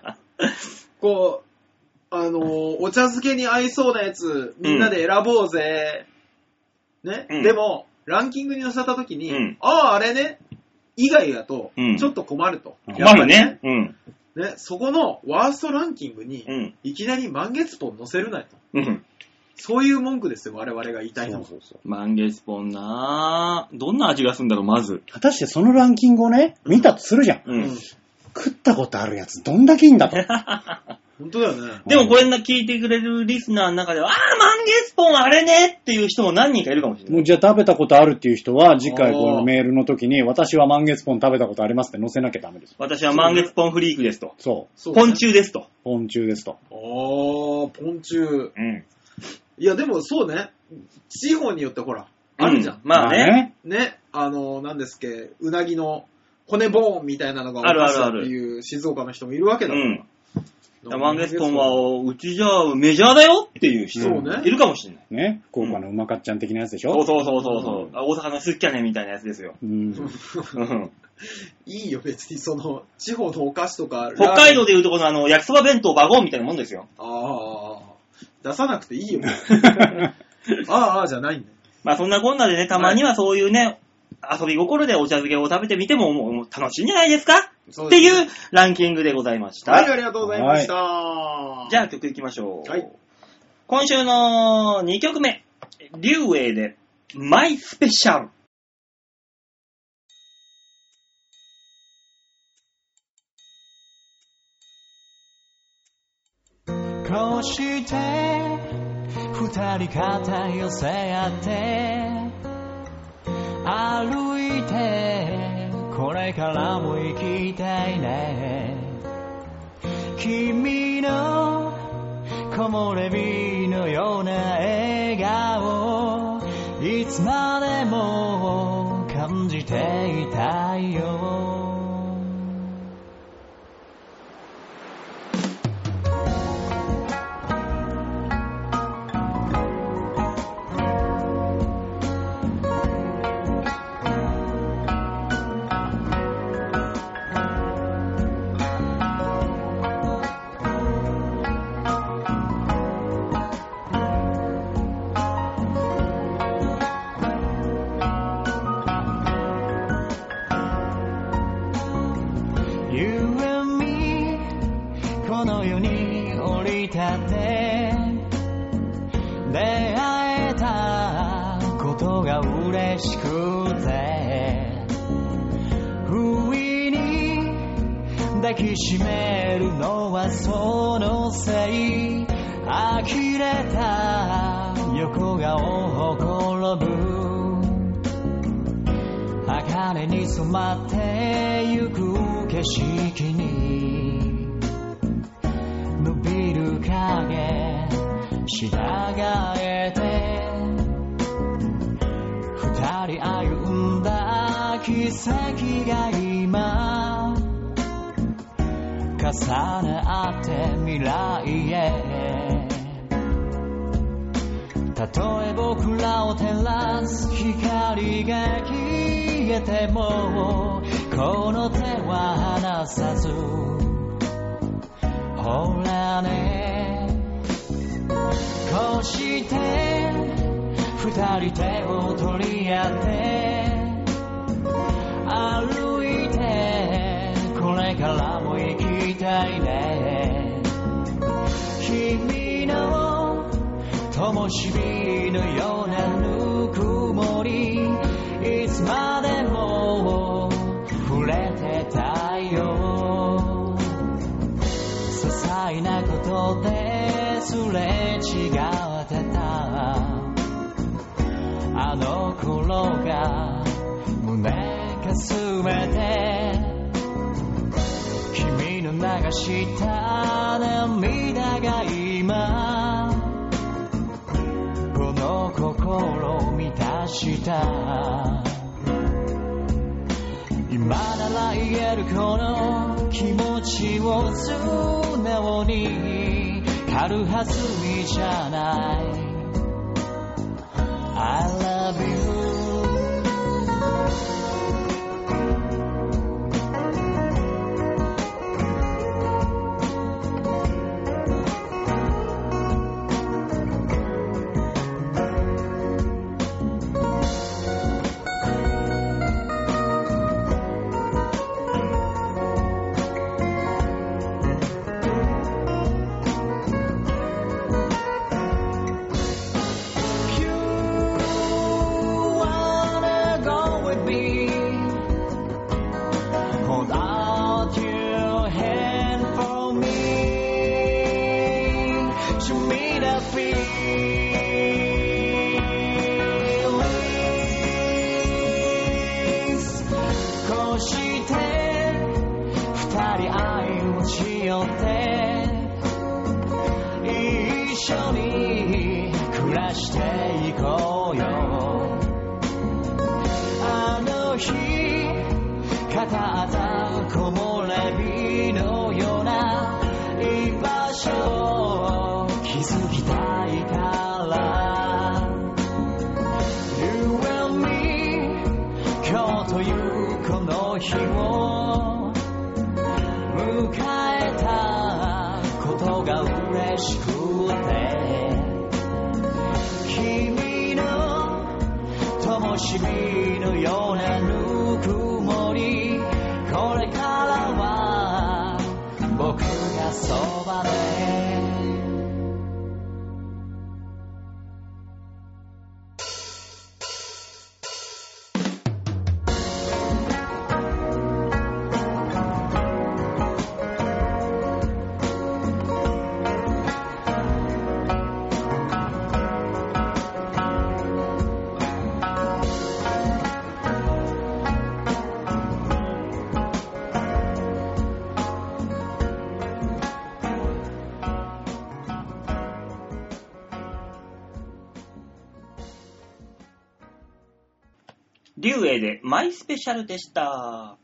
S3: こう、あのーお茶漬けに合いそうなやつ、みんなで選ぼうぜ。ね、
S2: うん
S3: でも、ランキングに載せたときに、
S2: うん
S3: ああ、あれね、以外だと
S2: うん、
S3: ちょっと困ると。
S1: うん
S2: 困るね。うん。
S3: ね、そこのワーストランキングに、
S2: うん。
S3: いきなり満月ポン載せるなと。
S2: うん。
S3: そういう文句ですよ、我々が言いたいのは。
S1: そうそう。
S2: 満月ポンなぁ。どんな味がするんだろう、まず。
S1: 果たしてそのランキングをね、見たとするじゃん。
S2: う
S3: うん
S2: ん。
S1: 食ったことあるやつどんだけいいんだと。
S3: 本当だよね。
S2: でもこれな、聞いてくれるリスナーの中では、あー、満月ポンあれねっていう人も何人かいるかもしれな
S1: も
S2: い。
S1: うじゃあ食べたことあるっていう人は、次回
S3: おー
S1: このメールの時に、私は満月ポン食べたことありますって載せなきゃダメです。
S2: 私は満月ポンフリークですと。
S1: そう。
S3: そうね
S2: ポン。中ですと。
S1: ポン中ですと。
S3: ああ、ポン中。
S2: うん。
S3: いや、でもそうね。地方によってほら、あるじゃん。
S2: うまあね。
S3: ね、あの、なんですっけ、うなぎの骨ボーンみたいなのが
S2: あるあるあ
S3: お菓子だ
S2: る
S3: っていう静岡の人もいるわけだ。
S2: うん。だから
S3: な
S2: 満
S3: んか
S2: 月ポンは、うちじゃメジャーだよっていう人
S3: そうね
S2: いるかもしれない。
S1: まあね。ね。福岡のうまかっちゃん的なやつでし
S2: そう
S1: ょ。
S2: そうそうそうそうう。あ大阪のスッキャネみたいなやつ ですよ。
S1: うん。
S2: うん
S3: いいよ、別にその、地方のお菓子とか。
S2: 北海道
S3: で。
S2: でいうとこのあの、焼きそば弁当バゴンみたいなもんですよ。
S3: ああ、出さなくていい よ。ああ、ああ、じゃないんだよ。
S2: まあそんなこんなでね、たまにはそういうね、遊び心でお茶漬けを食べてみてももう楽しいんじゃないですか
S3: そ
S2: っ
S3: で
S2: て
S3: す
S2: いうランキングでございました。
S3: はい、ありがとうございました。
S2: じゃあ曲いきましょう。
S3: はい
S2: 今週の2曲目、リュウエイで、マイスペシャル。
S4: こうして二人肩寄せ合って歩いてこれからも生きたいね君の木漏れ日のような笑顔いつまでも感じていたいよが嬉しくて不意に抱きしめるのはそのせい呆れた横顔をほころぶ茜に染まってゆく景色に伸びる影従えて二人歩んだ奇跡が今重ね合って未来へたとえ僕らを照らす光が消えてもこの手は離さずほらねこうして二人手を取り合って歩いてこれからも行きたいね君の灯火のようなぬくもりいつまでも触れてたいよ些細なことですれ違ってたあの頃が胸かすめて君の流した涙が今この心を満たした今なら言えるこの気持ちを素直に軽はずみじゃない I love you こうして二人愛をしよって一緒に暮らしていこうよあの日片った木漏れ日のような居場所を築きたいから You and me 今日というこの日を迎えたことが嬉しくて君の灯火のようなぬくもりこれからは僕がそばで
S2: 竜英でマイスペシャルでした。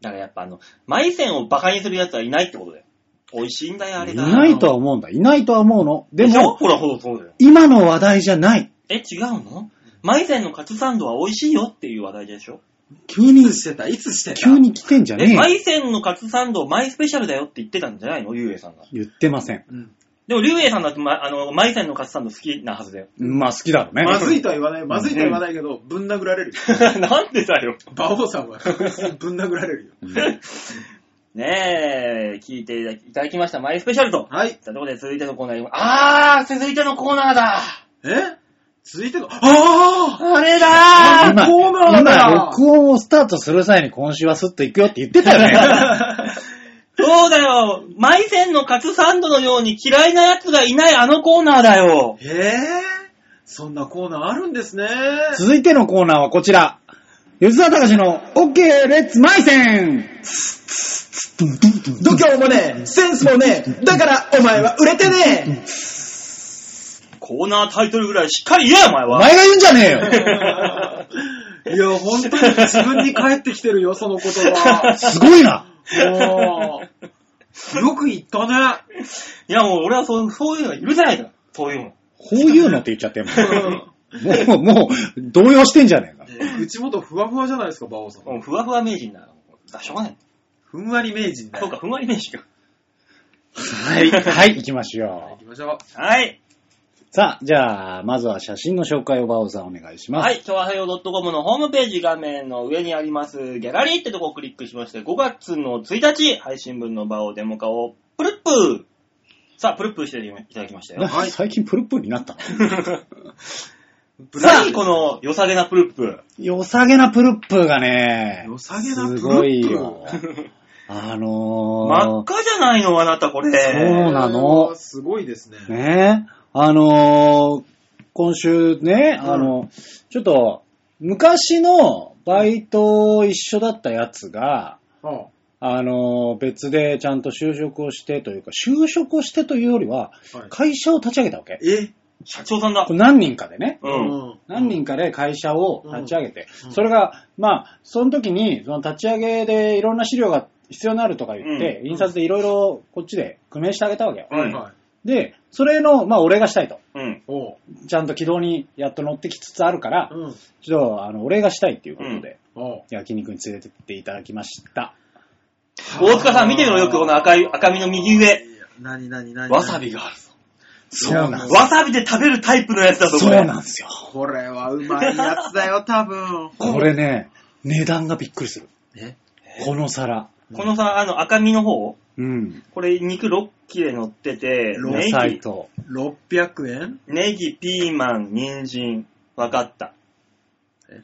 S2: だからやっぱあの、マイセンをバカにする奴はいないってことで。美味しいんだよ、あれ
S1: い
S2: が。
S1: ないとは思うんだ。いないとは思うの。で
S2: でしょ
S1: も、
S2: ほらほらそうだよ。
S1: 今の話題じゃない。
S2: え、違うのマイセンのカツサンドは美味しいよっていう話題でしょ
S1: 急に
S3: い、つしてたいつしてた
S1: 急。に来てんじゃ
S2: え、
S1: ね
S2: マ
S1: えよ。
S2: イセンのカツサンドマイスペシャルだよって言ってたんじゃないの竜英さんが。
S1: 言ってません。
S3: うん
S2: でも竜英さんだって、ま、あの、マイセンのカツサンド好きなはずだよ。
S1: まあ好きだろうね。
S3: まずいとは言わない。まずいとは言わないけど、ぶん殴られるよ。
S2: なんでだよ。
S3: 馬王さんは、ぶん殴られるよ。
S2: ねえ、聞いていただきました。マイスペシャルと。
S3: はい。
S2: さあ、ということで続いてのコーナーに、あー、続いてのコーナーだ
S3: え続いての、ああ
S2: あれだ
S1: 今、
S3: コーナーだ
S1: 今、録音をスタートする際に今週はスッと行くよって言ってたよね。
S2: そうだよ。マイセンのカツサンドのように嫌いな奴がいないあのコーナーだよ。
S3: へえそんなコーナーあるんですね。
S1: 続いてのコーナーはこちら。吉沢隆の OK! レッツマイセン
S5: 度胸もねえ、センスもねえ、だからお前は売れてね
S2: コーナータイトルぐらいしっかり言えよ、お前
S1: お
S2: は。
S1: 前が言うんじゃねえよ
S3: いや、本当に自分に返ってきてるよ、その言葉。
S1: すごいな
S3: もう、よく言ったね。
S2: いや、もう俺はそうそういうの許せないから。そういうの。
S1: こういうのって言っちゃってもう、もう、動揺してんじゃねえか。
S3: 口元ふわふわじゃないですか、馬王さん。
S2: もうふわふわ名人だよ。あしょうがない。
S3: ふんわり名人だ
S2: そうか、ふんわり名人か。
S1: はい、はい、行きましょ
S3: 行きましょう。
S2: はい。
S1: う。さあ、じゃあ、まずは写真の紹介をバオさんお願いします。
S2: はい、今日はよ .com のホームページ画面の上にあります、ギャラリーってとこをクリックしまして、5月の1日、配信分の場をデモ化を、プルップさあ、プルップしていただきましたよ
S1: な。最近プルプルになったの
S2: さあ、この良さげなプルップ。
S1: 良さげなプルップがね、
S3: 良さげなプルップ
S1: すごい よ。
S2: 真
S1: あ
S2: っ
S1: のー、
S2: 赤じゃないの、あなた、これ。
S1: そうなの
S3: すごいですね。
S1: ねあのー、今週ね、あの、ちょっと、昔のバイト一緒だったやつが、
S3: うん
S1: あのー、別でちゃんと就職をしてというか、就職をしてというよりは、会社を立ち上げたわけ。
S3: え
S2: 社長さんだ
S1: こ。れ何人かでね。
S2: う。
S3: うんん
S1: 何人かで会社を立ち上げて、
S3: うん
S1: それが、まあ、その時に、その立ち上げでいろんな資料が必要になるとか言って、
S3: うん
S1: 印刷でいろいろこっちで工面してあげたわけよ。
S2: うん
S3: はいはい。
S1: で、それの、まあ、お礼がしたいと。
S2: うん。
S3: おう。
S1: ちゃんと軌道にやっと乗ってきつつあるから、
S3: うん。
S1: ちょっと、あの、お礼がしたいっていうことで、
S3: おう。
S1: 焼肉に連れてっていただきました。
S2: 大塚さん見てみろよくこの赤い、赤身の右上。
S3: いや。なになになに
S2: わさびがあるぞ。
S1: そうなんです
S2: わさびで食べるタイプのやつだぞ、
S1: そ
S2: こ
S1: う
S2: れ。
S1: なんですよ。
S3: これはうまいやつだよ、多分。
S1: これね、値段がびっくりする。
S3: え
S1: この皿。
S2: このさ、あの、赤身の方
S1: うん。
S2: これ肉6切れ乗ってて、
S1: 野
S2: ネ
S1: 菜
S2: ギ、
S1: と。
S3: 600円
S2: ネギ、ピーマン、人参、わかった
S3: え。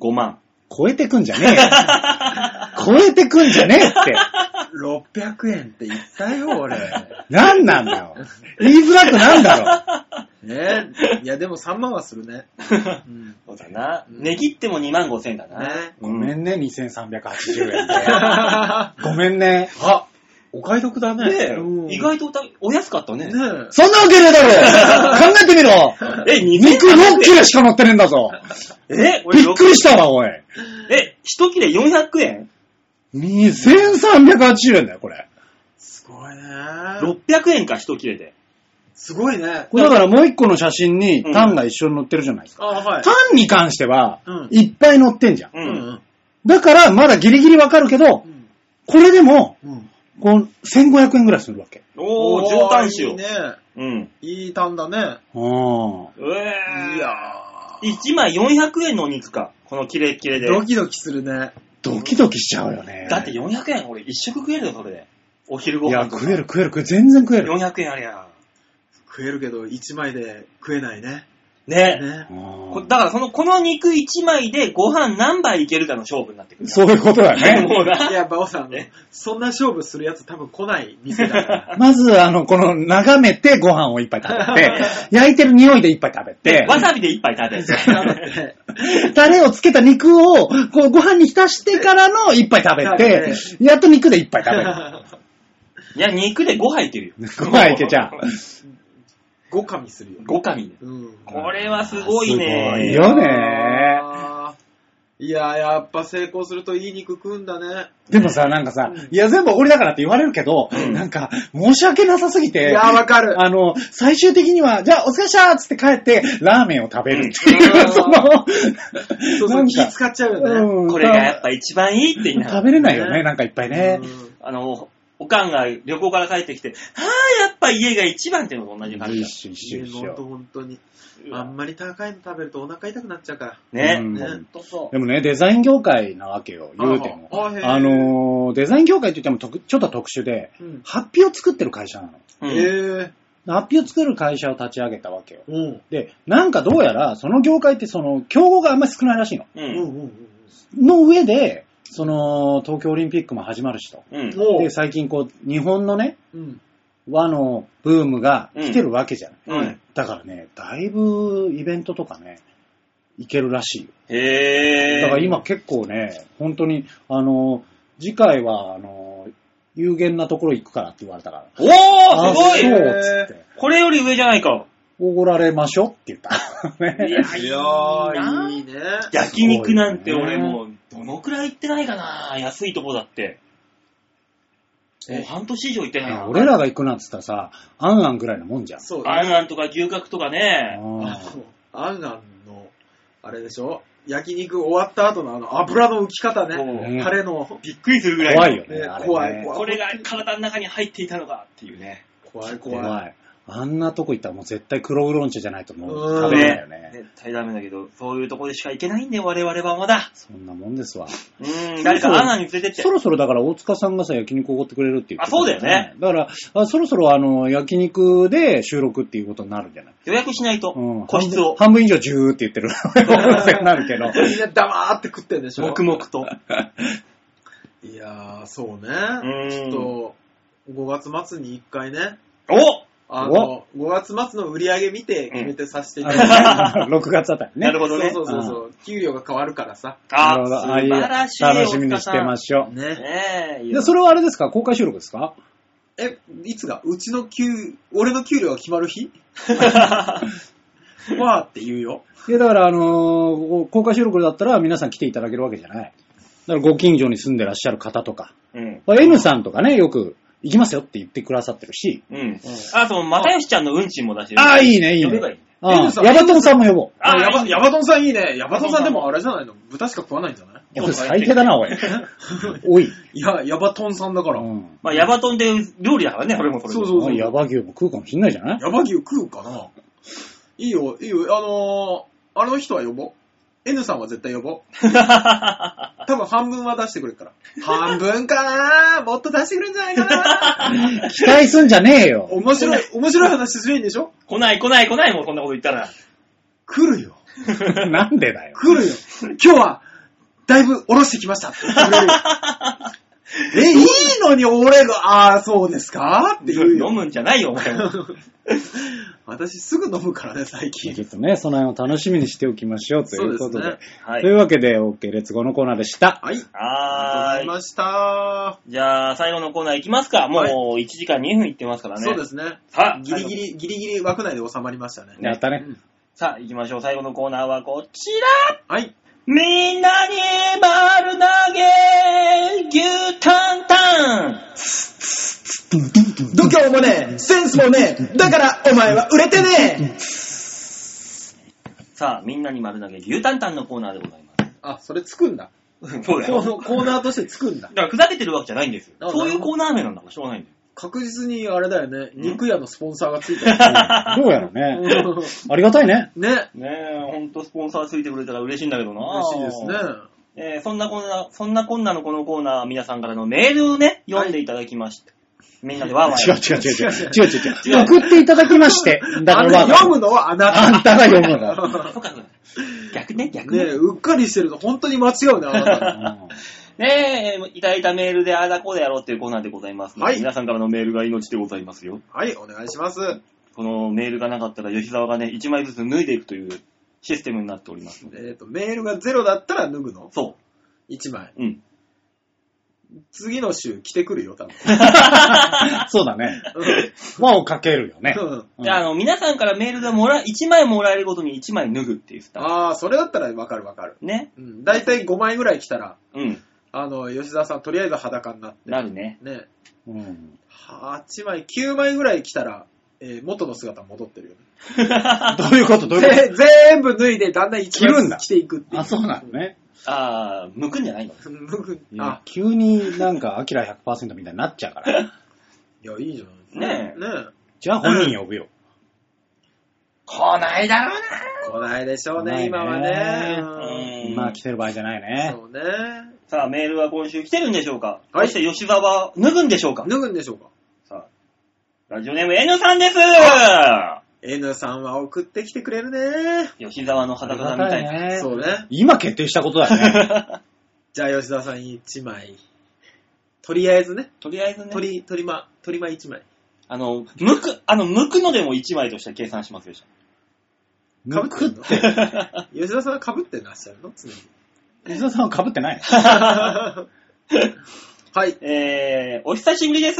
S2: 5万。
S1: 超えてくんじゃねえ よ。超えてくんじゃねえって。
S3: ?600 円って言ったよ、俺。
S1: なんなんだよ。言いづらくなんだろ
S3: ねいや、でも3万はするね。 うん
S2: そうだな。
S3: うん
S2: ネギっても2万5千だな。
S3: ね
S1: う。ごめ
S2: ね。
S1: んね、2380円で。ごめんね。
S3: あ、お買い得だね。
S2: で
S3: うん、
S2: 意外とお高いお安かったね。
S3: ね
S1: そんなわけねえだ ろ考えてみろ
S2: え、2
S1: 肉6キロしか乗ってねえんだぞ
S2: え、俺
S1: びっ
S2: ろく
S1: くりしたわ、おい
S2: え、1切れ400円
S1: !2380 円だよ、これ。
S3: すごいね。
S2: ?600 円か、1切れで。
S3: すごいね。
S1: これだからもう一個の写真に
S2: うん
S1: タンが一緒に乗ってるじゃないですか。
S3: あ、はい。
S1: タンに関しては
S3: うん、
S1: いっぱい乗ってんじゃん。
S2: う。
S3: うんん。
S1: だからまだギリギリわかるけど
S3: う、ん
S1: これでも、
S3: うん。
S1: こう、1500円ぐらいするわけ。
S2: おー、上端子
S3: いい
S2: を。
S3: ね。
S2: うん。
S3: いい単だね。
S1: うん。
S2: うえー。
S3: いやー。
S2: 1枚400円のお肉か。このキレッキレで。
S3: ドキドキするね。
S1: ドキドキしちゃうよね。
S2: だって400円、俺一食食えるよ、それで。お昼ご
S1: いや、
S2: 飯とか。
S1: 食える食える、これ全然食える。
S2: 400円ありゃ。
S3: 食えるけど、1枚で食えないね。
S2: ね。
S3: ね。
S2: こだからその、この肉1枚でご飯何杯いけるかの勝負になってくる。
S1: そういうことだね。
S2: もう
S3: い
S2: な。
S3: や、バオさん
S2: ね、
S3: そんな勝負するやつ多分来ない店だ から。
S1: まず、あの、この、眺めてご飯を一杯食 べて、焼いてる匂いで一杯食べて、
S2: わさびで1杯食べ
S3: だっ
S2: る。
S3: て
S1: タレをつけた肉を、こう、ご飯に浸してからの一杯食べて、やっと肉で一杯食べ る。
S2: いや、肉で5杯いけるよ。
S1: ご飯いけち ゃう。
S3: 5神するよ。
S2: 5神。
S3: うん。
S2: これはすごいね。
S1: すごいよね。
S3: あーいや、やっぱ成功するといい肉食うんだね。
S1: でもさ、なんかさ、いや、全部おごりだからって言われるけど、
S2: うん
S1: なんか、申し訳なさすぎ
S3: い
S1: て、
S3: や、わかる。
S1: あの、最終的には、じゃあ、お疲れっしたっつって帰って、ラーメンを食べるっていう、
S3: うん
S1: その、
S3: そうそ
S1: な
S3: う、
S1: ん
S3: 気
S1: か
S3: 使っちゃうよね。
S1: うん
S2: これがやっぱ一番いいって言いながら
S1: 食べれないよね、
S3: ね
S1: なんかいっぱいね
S3: う。ん
S2: あの、おかんが旅行から帰ってきて、ああ、やっぱ家が一番っていうのと同じ感じだ。
S1: 一緒一緒一
S3: ほんと
S1: 緒。
S3: ほんとに。あんまり高いの食べるとお腹痛くなっちゃうから。
S2: ね。
S1: うん
S2: ほんとそ
S1: でもね、デザイン業界なわけよ、言うても。
S3: あへー
S1: あのー、デザイン業界って言ってもとくちょっと特殊で、
S3: うん。
S1: ハッピーを作ってる会社なの。
S2: う。うん
S3: え
S1: アッピを作る会社を立ち上げたわけよ。
S3: うん。
S1: で、なんかどうやら、その業界ってその、競合があんまり少ないらしいの。
S2: う
S3: うん
S2: ん。
S3: うん
S1: の上で、その、東京オリンピックも始まるしと。
S2: うん。
S3: うん。おう
S1: で、最近こう、日本のね、
S3: うん。
S1: 和のブームが来てるわけじゃない。
S2: うんうん
S1: だからね、だいぶイベントとかね、いけるらしいよ。
S2: へえ。
S1: だから今結構ね、本当に、あの、次回は、あの、有限なところ行くからって言われたから。
S2: おー、すご
S1: あそう
S2: い
S1: っつって。
S2: これより上じゃないか。
S1: おごられましょうって言った。ね
S3: いや
S2: な
S3: ー、いいね。
S2: 焼肉なんて
S1: すごい
S2: 俺
S1: ね
S2: もう、どのくらい行ってないかな安いとこだって。もう半年以上行ってないな。
S1: 俺らが行くなんつったらさ、アンアンぐらいなもんじゃん。
S3: そう
S2: ア
S3: だ
S2: ン
S3: ね。
S2: アンとか牛角とかね。
S3: あ
S1: あ
S3: のアンアンの、あれでしょ焼肉終わった後のあの油の浮き方
S2: そ
S3: ね。
S2: う
S1: うん
S3: タレの。
S2: びっくりするぐらい。
S1: 怖いよね。
S3: ね
S1: あれね
S3: 怖い怖い
S2: これが体の中に入っていたのかっていうね。
S3: 怖い怖い。
S1: 怖い。あんなとこ行ったらもう絶対黒ウーロン茶じゃないともう
S3: うん
S1: 食べれないよね。
S2: 絶対ダメだけど、そういうとこでしか行けないんだよ、我々はまだ。
S1: そんなもんですわ。
S2: うん、誰かアンアンに連れてって
S1: そ。ろそろだから大塚さんがさ、焼肉おごってくれるっていう、
S2: あそうだよね。
S1: だから、あそろそろあの、焼肉で収録っていうことになるんじゃない
S2: 予約しないと
S1: うん、
S2: 個室を。
S1: 半分半分以上ジューって言ってる。 なるけど。
S3: みんな黙って食ってんでしょ
S2: 黙々と。
S3: いやー、そうね。
S2: ん
S3: ちょっと、5月末に一回ね、
S2: お
S3: あの、5月末の売り上げ見て決めてさせていただいて。
S1: あのね6月あたりね。
S2: なるほどね。
S3: そうそうそうそう、給料が変わるからさ。
S1: な
S2: あ
S1: るほど
S2: 素
S1: ああいう
S2: 晴らしい。
S1: 楽しみにしてま
S2: し
S1: しょ。
S2: た
S3: ね。
S2: ねえいうや
S1: で、それはあれですか公開収録ですか
S3: え、いつがうちの給、俺の給料が決まる 日わーって言うよ。
S1: いや、だから、あのー公開収録だったら皆さん来ていただけるわけじゃない。だから、ご近所に住んでらっしゃる方とか、
S2: うん。
S1: N さんとかね、よく行きますよって言ってくださってるし、
S2: うん。あ、そう、又吉ちゃんの運賃も出してる。
S1: ああ、いいね、いい
S2: 呼べ
S1: ね
S2: ばいい。
S1: ああ
S3: N さん
S1: ヤバトンさんも呼ぼ。
S2: あ
S3: あ、
S2: ー
S3: ヤバ、
S2: いい
S3: ヤバトンさんいいね。ヤバトンさんでもあれじゃないの豚しか食わないんじゃないう
S1: いや最低だな、おい。おい。
S3: いや、ヤバトンさんだか
S1: う
S3: ら。
S1: ん。
S2: まあ、ヤバトンで料理だからね、それもそれで。
S3: そうそうそう。
S1: ヤバ牛も食うかもしんないじゃない
S3: ヤバ牛食うかないいよ、いいよ。あのー、あの人は呼ぼう。N さんは絶対呼ぼ う。多分半分は出してくれる から。半分かなもっと出してくれるんじゃないか な
S1: 期待すんじゃね えよ。
S3: 面白い、面白い話するんでしょ
S2: 来ない来ない来ないもうこんなこと言ったら。
S3: 来るよ。
S1: なんでだよ。
S3: 来るよ。今日は、だいぶ下ろしてきましたって言 ってくれるよ。え、いいのに俺が、ああ、そうですかって言う
S2: 飲
S3: よ。
S2: むんじゃないよ、お前 も。
S3: 私すぐ飲むからね、最近
S1: ちょ。っとね、その辺を楽しみにしておきましょうということで。
S3: そうです
S2: は
S1: とい
S2: い。
S1: うわけで、OK、レッツゴーのコーナーでした。
S3: はい。ありがとうご
S2: は
S3: ざい
S2: ーい。
S3: ました。
S2: じゃあ、最後のコーナーいきますか。も
S3: はいう
S2: 1時間2分いってますからね。
S3: そうですね。
S2: さあ、
S3: ギリギ
S2: リ。
S3: リ、ギリギリ枠内で収まりましたね。
S1: やったね。
S2: さあ、行きましょう。最後のコーナーはこちら
S3: はい。
S2: みんなに丸投げ牛タンタン
S5: 度胸もねえセンスもねえだからお前は売れてねえ
S2: さあ、みんなに丸投げ牛タンタンのコーナーでござい
S3: あ、それつくんだ。
S2: ます。そうだ
S3: コ
S2: よ。
S3: ーコーナーとしてつくんだ。
S2: だから砕けてるわけじゃないんですよ。
S3: あ
S2: そういうコーナー名なんだからしょうがないんだよ。
S3: 確実にあれだよね。
S2: ん
S3: 肉屋のスポンサーがついてる。
S1: どうやろ うね。ありがたいね。
S3: ね。
S2: ねえ、ほんとスポンサーついてくれたら嬉しいんだけどな。
S3: 嬉しいですね。
S2: えーそんなこんな、そんなこんなのこのコーナーは皆さんからのメールをね、読んでいただきまして。みんなでワーワー
S1: 違
S2: や
S1: う
S2: る。
S1: 違う違う違う。違う違う違う。送っていただきまして。だか
S3: あ
S1: ら
S3: の
S1: わかる
S3: 読むのはあなた。
S1: あんたが読むの。う
S2: そ
S1: ん
S2: うかそうか逆ね、逆
S3: ね
S2: ね。
S3: うっかりしてるの本当に間違うね、あな た。
S2: ねえ、いただいたメールでああだこうだやろうっていうコーナーでございますので、
S3: はい
S2: 皆さんからのメールが命でございますよ。
S3: はい、お願いします。
S2: このメールがなかったら吉沢がね、1枚ずつ脱いでいくというシステムになっておりますので。
S3: えっ、と、メールがゼロだったら脱ぐの
S2: そ
S3: ?1 枚。
S2: う。うん。
S3: 次の週着てくるよ、多分。
S1: そうだね。
S3: うん
S1: 輪をかけるよね。
S3: うん
S1: うん
S2: であの、皆さんからメールがもら、1枚もらえるごとに1枚脱ぐっていうスタイ
S3: ああ、それだったらわかるわかる。
S2: ル。ね。
S3: うん。だいたい5枚ぐらい来たら、
S2: うん。
S3: あの、吉沢さんとりあえず裸になって。
S2: なるね。
S3: ね。
S1: うん
S3: 8枚、9枚ぐらい来たら、えー元の姿戻ってるよね。
S1: どういうことどういうこ
S3: ぜ全部脱いで、だんだん一枚
S1: 着るん
S3: ず
S1: だ
S3: つ着ていくって
S1: と
S3: いう。
S1: あ、そうなのね。
S2: ああ、剥くんじゃないの
S3: 脱ぐ
S1: いや
S3: あ、
S1: 急になんか、アキラ100%みたいになっちゃうから。
S3: いや、いいじゃん。
S2: ねえ
S3: ね
S1: じゃあ本人呼ぶよ。
S2: 来ないだろうな
S3: え。来ないでしょう
S1: 来ないね
S3: ね、今はね。
S2: うん
S1: まあ来てる場合じゃないね。
S3: そうね。
S2: さあ、メールは今週来てるんでしょうか、
S3: はい
S2: そして吉沢は脱ぐんでしょうか
S3: 脱ぐんでしょうか
S2: さあ、ラジオネーム N さんです
S3: N さんは送ってきてくれるね。
S2: 吉沢の裸さんみたいな。
S1: ね
S3: そうね。
S1: 今決定したことだ ね。
S3: じゃあ吉沢さん1枚。とりあえずね。
S2: とりあえずね、
S3: とり、とりま、とりま1枚。
S2: あの、むく、あの、むくのでも1枚として計算しますよ。
S3: かぶ
S1: む
S3: って
S1: く
S3: んの吉沢さんはかぶってらっしゃるの常に。
S1: 伊沢さんは被ってない。
S3: はい。ね
S2: えー、お久しぶりです、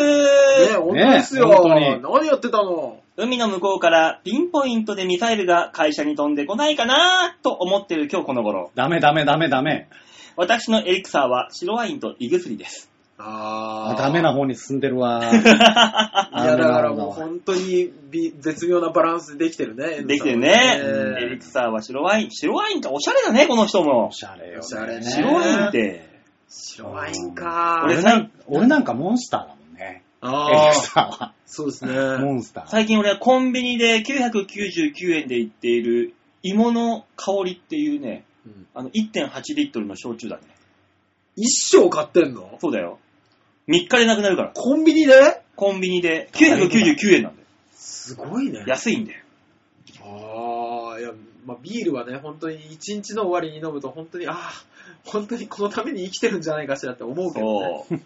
S3: 本当ですよ。
S1: 本当に
S3: 何やってたの
S2: 海の向こうからピンポイントでミサイルが会社に飛んでこないかなと思ってる今日この頃。
S1: ダメダメダメダメ。
S2: 私のエリクサーは白ワインと胃薬です。
S3: あ
S1: あ、
S3: ー
S1: ダメな。方に進んで るわ。
S3: いや、だからもう本当にび絶妙なバランスでできてるね。
S2: できてるね。
S3: N さんは
S2: エリクサーは白ワイン。白ワインか、おしゃれだね、この人も
S1: お。しゃれよ、ね。
S3: おしゃれね
S2: 白ワインって。
S3: 白ワインか。
S2: 俺
S1: 俺なん俺なんかモンスターだもんね。エ
S3: あ
S1: レ
S3: あ
S1: ク、サは。
S3: そうですね。
S1: モンスター。
S2: 最近俺はコンビニで999円で売っている芋の香りっていうね、
S3: うん
S2: あの1.8リットルの焼酎だね。
S3: 一生買ってんの
S2: そうだよ。3日でなくなるから。
S3: コンビニで
S2: コンビニで999円なんだよ。
S3: すごいね。
S2: 安いんだよ。
S3: ああ、いや、まあ、ビールはね、本当に一日の終わりに飲むと、本当に、ああ、本当にこのために生きてるんじゃないかしらって思うけどね。
S2: そう。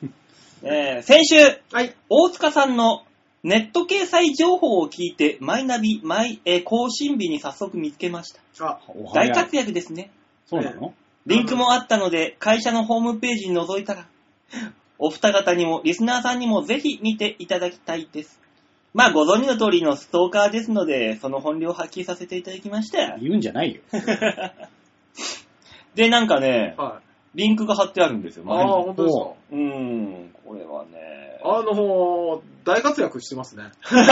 S2: えー先週、
S3: はい。
S2: 大塚さんのネット掲載情報を聞いて、マイナビ、マイ、えー更新日に早速見つけました。
S3: あ、
S1: おは
S2: 大
S1: や
S2: 活躍ですね。
S1: そうなの
S2: リンクもあったので、会社のホームページに覗いたら、 お二方にも、リスナーさんにもぜひ見ていただきたいです。まあ、ご存知の通りのストーカーですので、その本領を発揮させていただきました。
S1: 言うんじゃないよ。
S2: で、なんかね、
S3: はい。
S2: リンクが貼ってあるんですよ、
S3: ああ、
S2: 前に
S3: 本当ですか。
S2: うーん、これはね。
S3: あのー、大活躍してます ね。本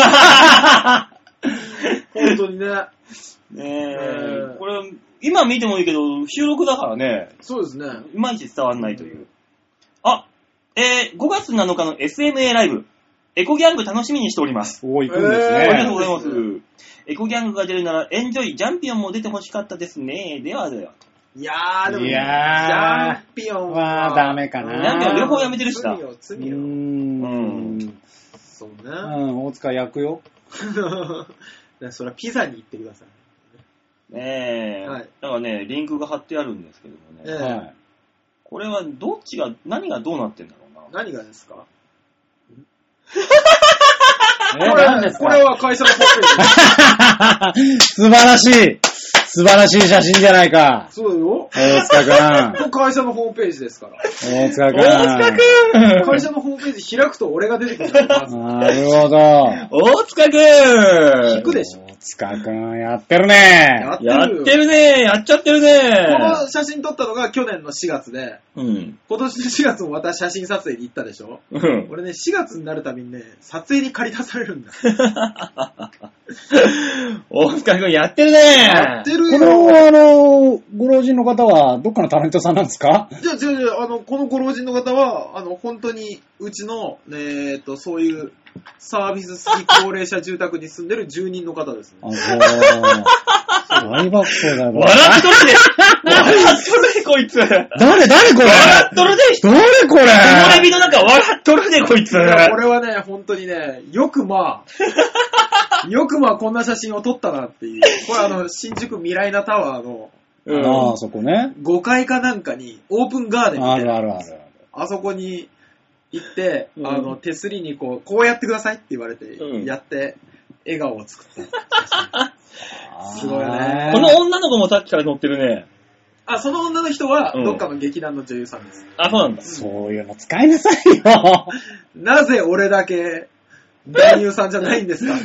S3: 当にね。
S2: ねえ、
S3: え
S2: これ、今見てもいいけど、収録だからね、
S3: そうですね。
S2: いまいち伝わんないという。あ、えー、5月7日の SMA ライブ、エコギャング楽しみにしております。
S1: おー、行くんです
S2: ありがとうござ
S1: ね。
S2: います。エコギャングが出るなら、エンジョイ、ジャンピオンも出てほしかったですね。ではでは。
S3: いやー、でも、
S1: いやー
S3: ジャンピオン
S1: はダメかな
S2: ジャンピオン両方やめてるしな
S3: 罪よ、
S1: う
S3: 罪
S1: ー
S3: よ。
S1: ん。
S2: うん
S3: そう
S1: う
S3: ね。
S1: ん、大塚焼くよ。
S3: ねそれはピザに行ってください。
S2: ねえ、
S3: はい
S2: だからね、リンクが貼ってあるんですけどもね、
S3: ええ
S1: は
S2: これはどっちが、何がどうなってんだろうな。
S3: 何がですか
S1: い。
S3: こ
S1: え、
S3: れ
S1: 何です
S3: これ
S1: か
S3: は会社のホームページ。
S1: 素晴らしい素晴らしい写真じゃないか。
S3: そうよ。
S1: 大塚く
S3: これ会社のホームページですから。
S1: ん。大塚くん。
S2: 大
S3: 会社のホームページ開くと俺が出てくるからまず
S1: なるほど。
S2: 大塚く
S3: 聞く
S2: ん
S3: でしょ。
S1: 大塚くん、やってるね。
S3: やって
S2: や
S3: る
S2: ってるねやっちゃってる
S3: こ
S2: ね
S3: の写真撮ったのが去年の4月で、
S2: うん。
S3: 今年の4月も私写真撮影に行ったでしょ
S2: うん。
S3: 俺ね、4月になるたびにね、撮影に借り出されるんだ。
S2: 大塚くんやってるね
S3: やってる
S1: この、
S3: よ。
S1: あの、ご老人の方は、どっかのタレントさんなんですか
S3: じゃあ、じゃあじゃあ、あの、このご老人の方は、あの、本当に、うちの、えーっと、そういう、サービス付き高齢者住宅に住んでる住人の方ですね。
S1: あ、そう。大爆笑だよ。
S2: 笑っとるね笑っとるねこいつ笑
S1: 誰、誰これ
S2: っとるね
S1: 誰 こ
S2: 木漏れ
S1: れ
S2: 日の中笑っとるねこいつ
S3: いやこれはね、本当にね、よくま あ、よくまあこんな写真を撮ったなっていう。これあの、新宿未来なタワーの
S2: うん
S1: ああ、そこね。
S3: 5階かなんかにオープンガーデンみた
S1: あ
S3: い
S1: る
S3: な。
S1: あるある。
S3: あそこに行って、
S2: うん
S3: あの、手すりにこう、こうやってくださいって言われて、
S2: うん
S3: やって、笑顔を作った。すごいね
S1: あー
S2: この女の子もさっきから乗ってるね。
S3: あ、その女の人は、
S2: うん
S3: どっかの劇団の女優さんです。
S2: あ、そうなんだ。
S1: そういうの使いなさいよ。
S3: なぜ俺だけ、男優さんじゃないんですかって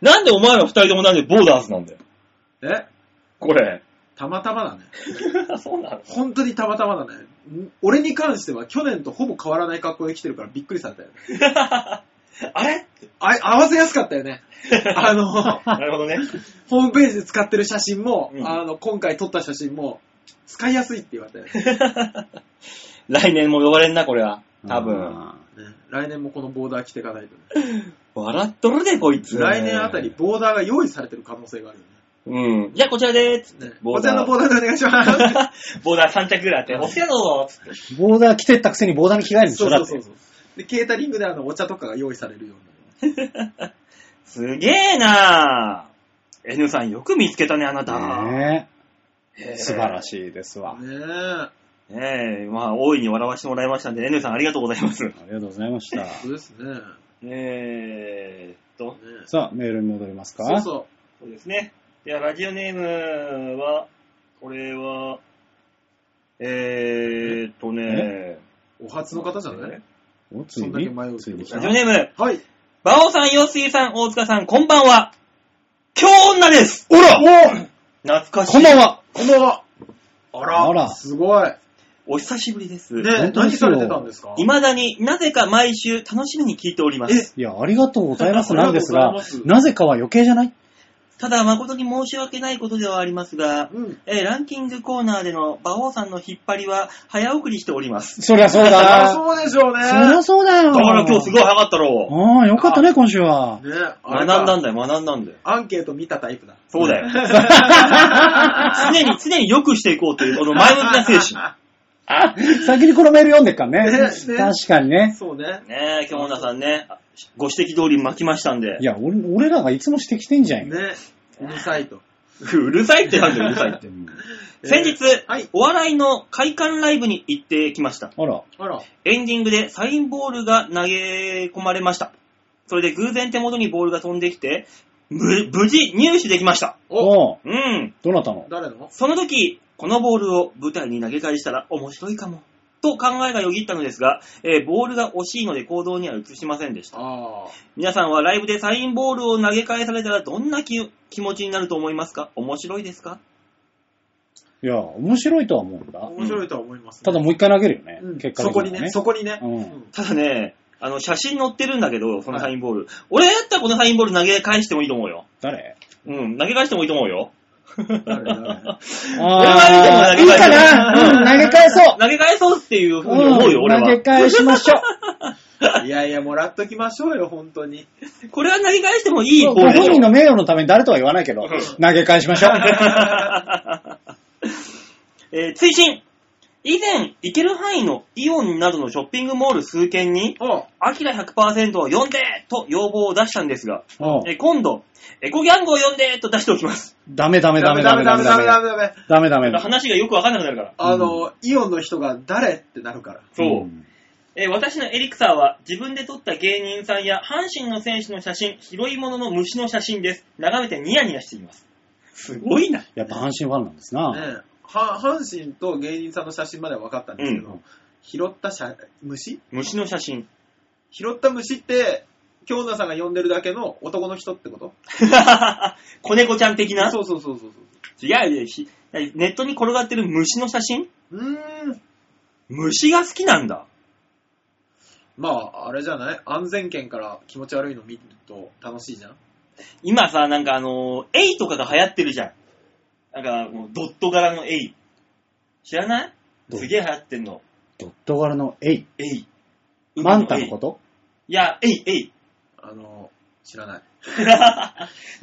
S2: なんでお前ら二人ともなんでボーダースなんだよ。
S3: え
S2: これ。
S3: たまたまだね。
S2: そうなの
S3: 本当にたまたまだね。ん俺に関しては去年とほぼ変わらない格好で来てるからびっくりされたよね。
S2: あれ
S3: あ合わせやすかったよ ね。あの、
S2: なるほどね。
S3: ホームページで使ってる写真も、
S2: うん
S3: あの、今回撮った写真も、使いやすいって言われ たよね。
S2: 来年も呼ばれんな、これは。多分。
S1: あ
S3: ね来年もこのボーダー着ていかないとね。
S2: 笑っとるで、こいつ。
S3: 来年あたりボーダーが用意されてる可能性があるよ
S2: うん。じゃあ、こちらでーす。
S3: ね。ね
S2: ボ
S3: こ
S2: ー
S3: ち
S2: ダ
S3: ら
S2: ー
S3: のボーダーでお願いします。
S2: ボーダー3着ぐらいあって、お世話どうぞ。
S1: ーボーダー着てったくせにボーダーに着替えるんで し
S3: そ
S1: ょ
S3: う
S1: だ
S3: そ
S1: っ
S3: うそう
S1: て。
S3: そう。で、ケータリングであの、お茶とかが用意されるようになります。
S2: すげえな N さんよく見つけたね、あなた。
S1: ねえ。素晴ら
S2: し
S1: しいですわ。
S3: ねえ。
S2: い。ねえ、まあ、大いに笑わせてもらいましたんで、N さんありがとうございます。
S1: ありがとうございました。
S3: そうですね。ね
S2: えーっと、
S3: え
S1: さあ、メールに戻りますか。
S3: そうそ
S2: そうですね。では、ラジオネームは、これは、えーっとね、
S3: う。お初の方じゃない
S1: おつい
S3: そんだけ
S1: に
S3: 迷う、
S1: ついに来た
S2: ラジオネーム、
S3: はい。
S2: バオさん、ヨスイさん、大塚さん、こんばんは。今日女です
S1: おら
S2: 懐か
S1: お
S2: しい。
S1: こんばんは
S3: こんばんは。あら、
S1: あら
S3: すごい。
S2: お久しぶりです。
S3: ね
S1: 本、当で
S3: 何
S1: す
S3: さ
S1: よ
S3: れてたんですか
S2: 未だになぜか毎週楽しみに聞いております。
S1: いや、ありがとうございますなんです
S3: あり
S1: が
S3: がとうござい、ます
S1: なぜかは余計じゃない
S2: ただ誠に申し訳ないことではありますが、
S3: うん。
S2: えーランキングコーナーでの馬王さんの引っ張りは早送りしております。
S1: そりゃそう
S3: そりゃ
S1: だ。
S3: そうでしょうね。
S1: そりゃそうだ
S2: だ
S1: よ。
S2: から今日すごい早かったろ。
S1: ああ、よかったね、今週は。
S3: ねあ
S2: 学
S3: れ
S2: ん
S3: か
S2: だんだよ、学んだんだよ。
S3: アンケート見たタイプだ。
S2: そうだよ。 常に、常に良くしていこうという、この前向きな精神。
S1: 先にこのメール読んでっからね。
S3: ねね
S1: 確かにね。
S3: そうね。
S2: ねえ、今日女さんね、ご指摘通り巻きましたんで
S1: い。や、俺俺らがいつもしてきてんじゃん。
S3: ね。うるさいと。
S2: うるさいってなんだよ、うるさい って
S1: う。ん
S2: 先日、
S3: はい
S2: お笑いの会館ライブに行ってきました。
S1: あら、
S3: あら。
S2: エンディングでサインボールが投げ込まれました。それで偶然手元にボールが飛んできて、無無事入手できました。
S3: お、
S1: おう
S2: うん。
S1: どなたの
S3: 誰の
S2: その時、このボールを舞台に投げ返したら面白いかも。と考えがよぎったのですが、えーボールが惜しいので行動には移しませんでした。
S3: あ
S2: 皆さんはライブでサインボールを投げ返されたらどんな気気持ちになると思いますか面白いですか
S1: いや、面白いとは思うん
S3: あ。
S1: だ。
S3: 面白いとは思いますね。
S1: ただもう一回投げるよね
S3: うん、。
S1: 結果
S3: そ
S1: 的
S3: こ
S1: に
S3: に
S1: は
S3: ね、そこにね。
S1: うん
S3: うん
S2: ただね、あの、写真載ってるんだけど、そのサインボール。俺やったらこのサインボール投げ返してもいいと思うよ。
S1: 誰
S2: うん、投げ返してもいいと思うよ。
S3: 誰誰
S2: あー
S1: いいかな、うん、投げ返そう、
S2: 投げ返そうっていうふうに思うよ、
S1: うん、
S2: 俺
S1: 投げ
S2: は。
S1: 返しましょ う。
S3: いやいや、もらっときましょうよ、本当に。
S2: これは投げ返してもいいボ
S1: ご
S2: ールで
S1: 本
S2: しょ
S1: 人の名誉のために誰とは言わないけど、投げ返しましょう。
S2: えー追伸以前、行ける範囲のイオンなどのショッピングモール数軒に、
S3: お
S2: アキラ100%を呼んでと要望を出したんですが、
S1: うん
S2: えー今度、エコギャングを呼んでと出しておきます。
S1: ダメダメダメダメダメダメ
S3: ダ
S1: ダ
S3: メ
S1: メ
S3: ダメ。
S1: ダメダメ
S2: 話がよくわかんなくなるから。
S3: あの、イオンの人が誰ってなるから。
S2: そう。
S1: ん
S2: えー私のエリクサーは自分で撮った芸人さんや阪神の選手の写真、広いものの虫の写真です。眺めてニヤニヤしています。すごいな。
S1: やっぱ阪神ファンなんですな。
S3: ねは阪神と芸人さんの写真までは分かったんですけど、
S2: う
S3: 拾った写虫
S2: 虫の写真。
S3: 拾った虫って、京奈さんが呼んでるだけの男の人ってこと
S2: 子猫ちゃん的な
S3: そうそうそうそうそ
S2: いやいや、ひネットに転がってる虫の写真
S3: う。うーん。
S2: 虫が好きなんだ。
S3: まあ、あれじゃない安全圏から気持ち悪いの見ると楽しいじゃん。
S2: 今さ、なんかあのー、エイとかが流行ってるじゃん。なんか、もうドット柄のエイ。知らない
S1: ど
S2: すげえ流行ってんの。
S1: ドット柄のエイ。
S2: エイ。
S1: マンタのことと
S2: いや、エイ、エイ。
S3: あの、知らない。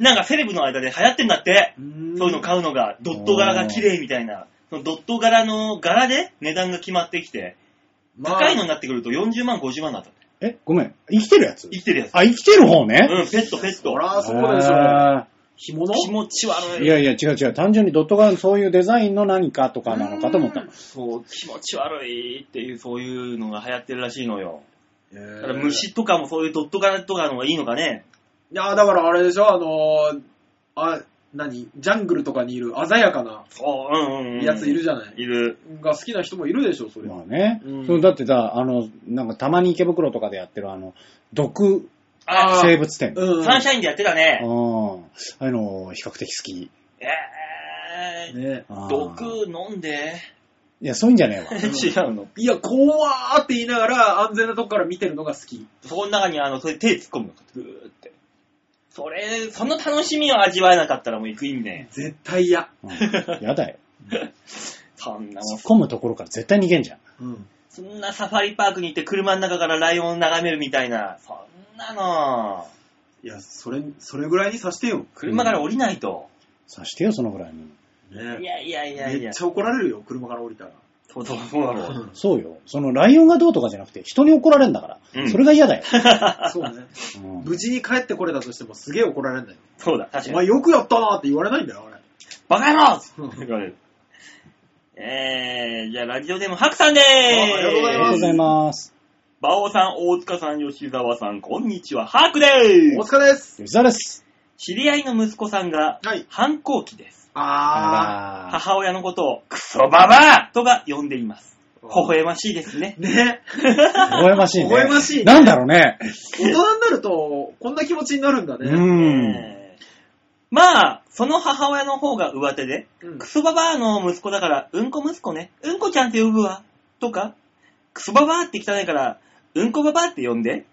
S2: なんかセレブの間で流行ってんだって。
S3: うーん
S2: そういうの買うのが、ドット柄が綺麗みたいな。そのドット柄の柄で値段が決まってきて、
S3: まあ
S2: 高いのになってくると40万、50万だった。
S1: え、ごめん。生きてるやつ
S2: 生きてるやつ。
S1: あ、生きてる方ね。
S2: うん、ペット、ペット
S3: そ。らそうでしょ。
S1: あ
S3: 干物
S2: 気持ち
S1: ー
S2: 悪い。
S1: いやいや、違う違う。単純にドット柄のそういうデザインの何かとかなのかと思った。
S2: そう、気持ち悪いっていう、そういうのが流行ってるらしいのよ。
S3: え
S2: だ
S3: ー
S2: から虫とかもそういうドット柄とかの方がいいのかね。
S3: いや、だからあれでしょ、あのー、あ、何ジャングルとかにいる鮮やかな
S2: そう、うんうん、うん。
S3: やついるじゃない、
S2: いる。
S3: が好きな人もいるでしょ、それ。
S1: まあね、
S3: うん
S1: そうだってさ、あの、なんかたまに池袋とかでやってるあの、毒
S2: あ、
S3: あー
S1: 生物展。
S3: うん。
S2: サンシャインでやってたね。
S1: うんああいうの、比較的好き。
S2: えー、
S3: ね
S1: あー
S2: 毒飲んで。
S1: いや、そういうんじゃねえわ。
S2: 違うの。
S3: いや、怖ーって言いながら安全なとこから見てるのが好き。
S2: そこの中にあの、それ手突っ込むの。ぐーって。それ、その楽しみを味わえなかったらもう行く意味ね。
S3: 絶対嫌。
S1: うん やだよ。
S2: そんなも
S1: 突
S2: ん
S1: っ。込むところから絶対逃げんじゃん。
S3: うん。
S2: そんなサファリパークに行って車の中からライオンを眺めるみたいな。そんなの。
S3: いや、それ、それぐらいにさしてよ。
S2: 車から降りないと。
S1: さしてよ、そのぐらいに。
S2: い
S3: ね
S2: やいやいやい
S3: めっ
S2: や。
S3: ちゃ怒られるよ、車から降りたら。
S2: そうそうそうな の。
S1: そうよ。その、ライオンがどうとかじゃなくて、人に怒られるんだから。
S2: うん
S1: それが嫌だよ。
S3: そうね。
S1: うん
S3: 無事に帰ってこれたとしてもすげえ怒られるんだよ。
S2: そうだ、確
S3: お
S2: か
S3: 前
S2: に。
S3: よくやったなって言われないんだよ、あれ。
S2: バカ野郎
S3: うん
S2: って言われる。えー、じゃあラジオネーム、ハクさんでーす。
S3: あありがとうござ
S1: あ
S3: い
S1: りがとうございます。
S2: 馬王さん、大塚さん、吉沢さん、こんにちは、ハクで
S3: お
S2: ーす。
S3: 疲れです。
S1: 吉沢です。
S2: 知り合いの息子さんが、
S3: はい。
S2: 反抗期です。
S3: あ
S1: あ
S2: 母親のことを、クソババアとが呼んでいます。
S3: ー。
S2: 微笑ましいですね。
S3: ね。
S1: ら、微笑ましいね。
S3: 微笑ましいね
S1: なんだろうね。
S3: 大人になると、こんな気持ちになるんだ
S1: う
S3: ね。
S1: ん。
S2: えーまあ、その母親の方が上手で、
S3: うん
S2: クソババアの息子だから、うんこ息子ね、うんこちゃんって呼ぶわ、とか、クソババアって汚いから、うんこババアって呼んで、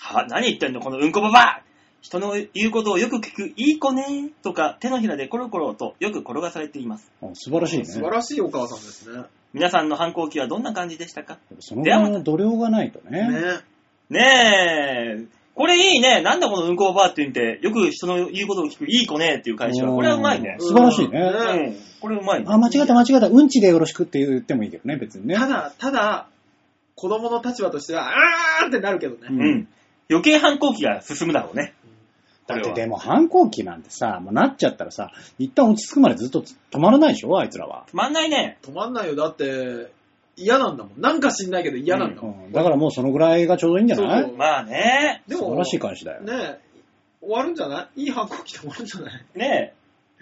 S2: は、何言ってんの、このうんこババア人の言うことをよく聞く、いい子ね、とか、手のひらでコロコロとよく転がされています。
S1: あ素晴らしいね。
S3: 素晴らしいお母さんですね。
S2: 皆さんの反抗期はどんな感じでしたか
S1: そのぐらいの度量がないとね。
S3: ね。
S2: ねえ、これいいね、なんだこのうんこババアって言って、よく人の言うことを聞く、いい子ね、っていう会社は、これはうまいね
S1: ん。素晴らしいね。
S3: うん
S2: う
S3: ね
S2: ん、これうまいね。
S1: あ、間違った間違った。うんちでよろしくって言ってもいいけどね、別にね。
S3: ただ、ただ、子供の立場としては、あーってなるけど
S1: う
S3: ね。
S1: ん
S2: うん。余計反抗期が進むだろうね。
S1: だってでも反抗期なんてさ、もうなっちゃったらさ、一旦落ち着くまでずっと止まらないでしょ、あいつらは。
S2: つまんないね。
S3: 止まんないよ。だって、嫌なんだもん。なんか知んないけど嫌なんだ
S1: う
S3: もん。
S1: んだからもうそのぐらいがちょうどいいんじゃない
S3: そう
S2: まあね。
S3: で
S1: 素晴らしい返しだよ。
S3: ね終わるんじゃないいい反抗期で終わるんじゃない
S2: ね